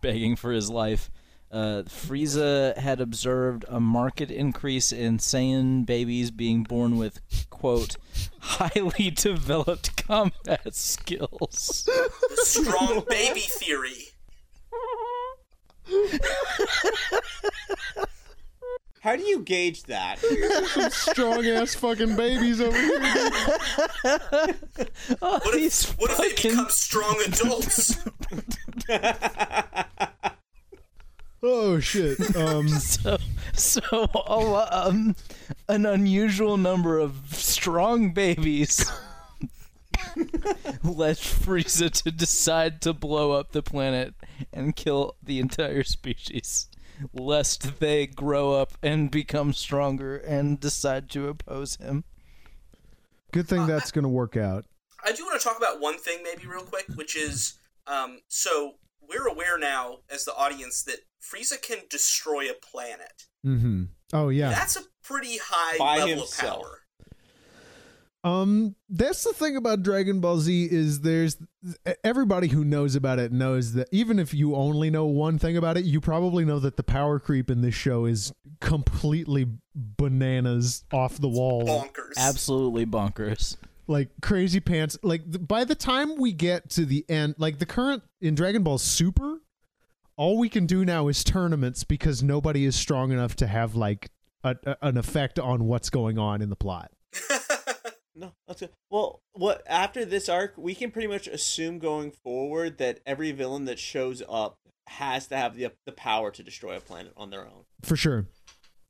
[SPEAKER 3] begging for his life. Uh, Frieza had observed a market increase in Saiyan babies being born with quote highly developed combat skills.
[SPEAKER 4] The strong baby theory.
[SPEAKER 2] How do you gauge that?
[SPEAKER 1] Strong ass fucking babies over here.
[SPEAKER 3] All
[SPEAKER 4] What
[SPEAKER 3] these
[SPEAKER 4] if, what if they
[SPEAKER 3] fucking-
[SPEAKER 4] become strong adults?
[SPEAKER 1] Oh shit. Um,
[SPEAKER 3] so so a lo- um, an unusual number of strong babies led Frieza to decide to blow up the planet and kill the entire species, lest they grow up and become stronger and decide to oppose him.
[SPEAKER 1] good thing that's gonna work out.
[SPEAKER 4] I do want to talk about one thing, maybe real quick, which is um, so we're aware now as the audience that Frieza can destroy a planet.
[SPEAKER 1] Mm-hmm. Oh yeah.
[SPEAKER 4] That's a pretty high
[SPEAKER 2] By
[SPEAKER 4] level
[SPEAKER 2] himself.
[SPEAKER 4] of power.
[SPEAKER 1] Um, that's the thing about Dragon Ball Z is there's e, everybody who knows about it knows that even if you only know one thing about it, you probably know that the power creep in this show is completely bananas off the
[SPEAKER 3] Oh,
[SPEAKER 1] wall,
[SPEAKER 4] Bonkers.
[SPEAKER 3] Absolutely bonkers.
[SPEAKER 1] like crazy pants. Like th- by the time we get to the end, like the current in Dragon Ball Super, all we can do now is tournaments because nobody is strong enough to have like a, a- an effect on what's going on in the plot.
[SPEAKER 2] No, that's good. Well, what after this arc, we can pretty much assume going forward that every villain that shows up has to have the the power to destroy a planet on their own.
[SPEAKER 1] For sure.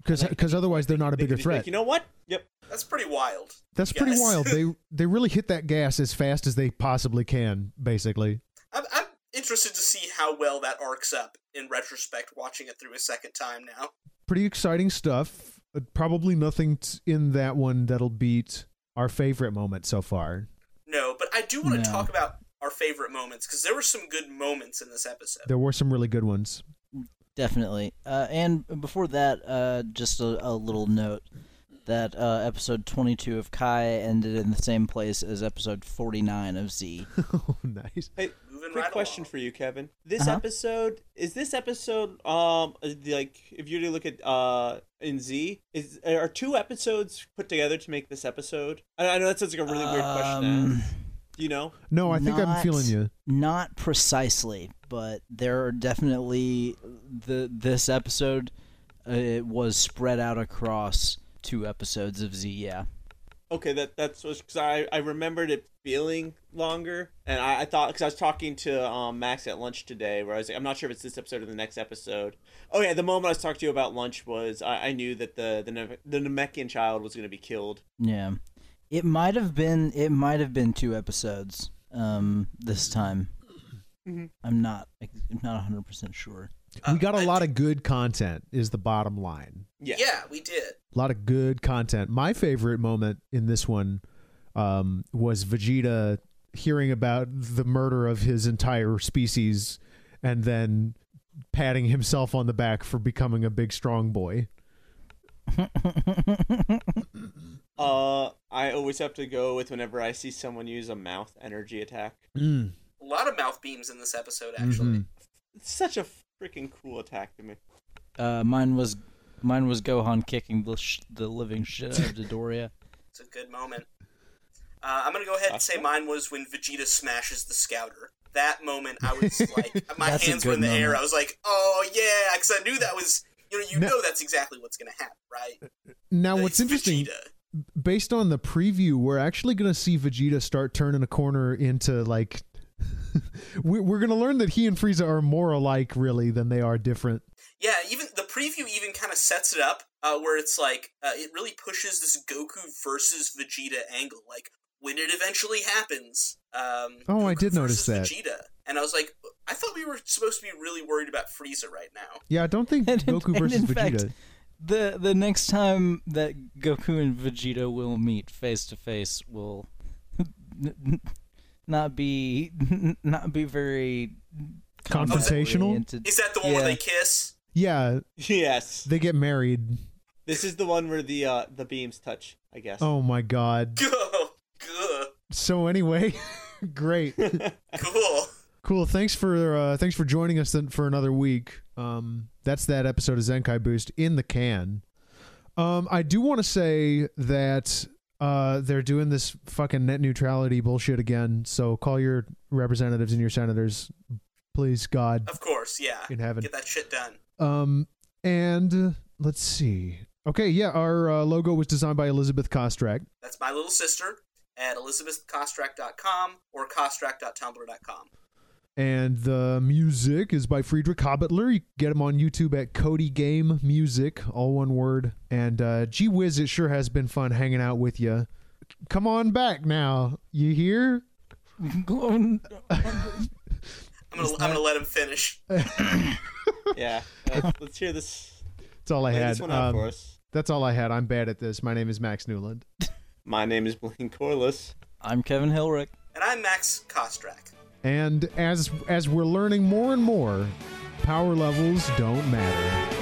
[SPEAKER 1] Because otherwise they're not a
[SPEAKER 2] They could
[SPEAKER 1] bigger
[SPEAKER 2] just be like,
[SPEAKER 1] threat.
[SPEAKER 2] you know what? Yep.
[SPEAKER 4] That's pretty wild.
[SPEAKER 1] That's pretty
[SPEAKER 4] Yes.
[SPEAKER 1] wild. They they really hit that gas as fast as they possibly can, basically.
[SPEAKER 4] I'm, I'm interested to see how well that arcs up in retrospect, watching it through a second time now.
[SPEAKER 1] Pretty exciting stuff. Uh, Probably nothing t- in that one that'll beat our favorite moment so far.
[SPEAKER 4] No, but I do want to
[SPEAKER 3] No.
[SPEAKER 4] talk about our favorite moments because there were some good moments in this episode.
[SPEAKER 1] There were some really good ones.
[SPEAKER 3] Definitely. Uh, and before that, uh, just a, a little note that uh, episode 22 of Kai ended in the same place as episode 49 of Z.
[SPEAKER 1] oh, nice.
[SPEAKER 2] Hey,
[SPEAKER 4] Moving
[SPEAKER 2] quick
[SPEAKER 4] right
[SPEAKER 2] question
[SPEAKER 4] along.
[SPEAKER 2] for you, Kevin. This
[SPEAKER 3] Uh-huh.
[SPEAKER 2] episode is this episode um is the- like if you were to look at uh in Z is are two episodes put together to make this episode? I, I know that sounds like a really weird question. eh? to
[SPEAKER 3] Um,
[SPEAKER 2] ask. Do you know?
[SPEAKER 1] No, Oh, I think I'm
[SPEAKER 3] Not-
[SPEAKER 1] feeling you.
[SPEAKER 3] Not precisely, but there are definitely the this episode uh, it was spread out across two episodes of Z. Yeah.
[SPEAKER 2] Okay, that that's because I I remembered it feeling longer, and I, I thought because I was talking to um, Max at lunch today, where I was like, I'm not sure if it's this episode or the next episode. Oh yeah, the moment I was talking to you about lunch was I, I knew that the the Ne- the Namekian child was going to be killed.
[SPEAKER 3] Yeah. It might have been it might have been two episodes um this time.
[SPEAKER 2] Mhm.
[SPEAKER 3] I'm not I'm not 100% sure.
[SPEAKER 2] Uh,
[SPEAKER 1] we got a
[SPEAKER 4] I
[SPEAKER 1] lot of good content is the bottom line.
[SPEAKER 2] Yeah,
[SPEAKER 4] Yeah, we did.
[SPEAKER 1] a lot of good content. My favorite moment in this one um, was Vegeta hearing about the murder of his entire species and then patting himself on the back for becoming a big strong boy.
[SPEAKER 2] Uh, I always have to go with whenever I see someone use a mouth energy attack.
[SPEAKER 3] Mm.
[SPEAKER 4] A lot of mouth beams in this episode,
[SPEAKER 3] Mm-hmm.
[SPEAKER 4] actually.
[SPEAKER 2] It's such a freaking cool attack to me.
[SPEAKER 3] Uh mine was mine was Gohan kicking the sh- the living shit out of Dodoria.
[SPEAKER 4] It's a good moment. Uh, I'm gonna go ahead and say
[SPEAKER 2] Gotcha.
[SPEAKER 4] mine was when Vegeta smashes the Scouter. That moment, I was like, my
[SPEAKER 3] That's a
[SPEAKER 4] hands were in the
[SPEAKER 3] good
[SPEAKER 4] air.
[SPEAKER 3] moment.
[SPEAKER 4] I was like, oh yeah, because I knew that was, you know, you
[SPEAKER 1] No-
[SPEAKER 4] know that's exactly what's gonna happen, right?
[SPEAKER 1] Now,
[SPEAKER 4] Like,
[SPEAKER 1] what's interesting,
[SPEAKER 4] Vegeta.
[SPEAKER 1] based on the preview, we're actually going to see Vegeta start turning a corner into like. we- we're going to learn that he and Frieza are more alike, really, than they are different.
[SPEAKER 4] Yeah, even the preview even kind of sets it up uh, where it's like uh, it really pushes this Goku versus Vegeta angle, like when it eventually happens. Um,
[SPEAKER 1] Oh, I
[SPEAKER 4] Goku
[SPEAKER 1] did notice
[SPEAKER 4] versus
[SPEAKER 1] that.
[SPEAKER 4] Vegeta, and I was like, I thought we were supposed to be really worried about Frieza right now.
[SPEAKER 1] Yeah, I don't think
[SPEAKER 3] And in-
[SPEAKER 1] Goku
[SPEAKER 3] and
[SPEAKER 1] versus
[SPEAKER 3] in fact-
[SPEAKER 1] Vegeta.
[SPEAKER 3] the the next time that Goku and Vegeta will meet face to face will n- n- not be n- not be very
[SPEAKER 1] Confrontational?
[SPEAKER 3] oriented.
[SPEAKER 4] Is that the one
[SPEAKER 3] Yeah.
[SPEAKER 4] where they kiss?
[SPEAKER 1] yeah,
[SPEAKER 2] Yes.
[SPEAKER 1] they get married.
[SPEAKER 2] This is the one where the uh the beams touch, I guess.
[SPEAKER 1] Oh my god.
[SPEAKER 4] Go, go,
[SPEAKER 1] So anyway, great.
[SPEAKER 4] cool.
[SPEAKER 1] Cool. Thanks for uh, thanks for joining us then for another week. Um, that's that episode of Zenkai Boost in the can. Um, I do want to say that uh, they're doing this fucking net neutrality bullshit again. So call your representatives and your senators, please, God
[SPEAKER 4] Of course, yeah.
[SPEAKER 1] in heaven.
[SPEAKER 4] Get that shit done.
[SPEAKER 1] Um, and uh, let's see. Okay, yeah, our uh, logo was designed by Elizabeth Kostrack.
[SPEAKER 4] That's my little sister at elizabethcostrack.com or costrack.tumblr.com.
[SPEAKER 1] And the music is by Friedrich Hobbitler. You can get him on YouTube at Cody Game Music, all one word. And uh, gee whiz, it sure has been fun hanging out with you. Come on back now. You hear?
[SPEAKER 4] I'm gonna I'm gonna let him finish.
[SPEAKER 1] Uh,
[SPEAKER 2] Yeah. Let's, let's hear this.
[SPEAKER 1] That's all I
[SPEAKER 2] Lay
[SPEAKER 1] had.
[SPEAKER 2] this one out
[SPEAKER 1] Um,
[SPEAKER 2] for us.
[SPEAKER 1] That's all I had. I'm bad at this. My name is Max Newland.
[SPEAKER 2] My name is Blaine Corliss.
[SPEAKER 3] I'm Kevin Hilrick.
[SPEAKER 4] And I'm Max Kostrack.
[SPEAKER 1] And as as we're learning more and more, power levels don't matter.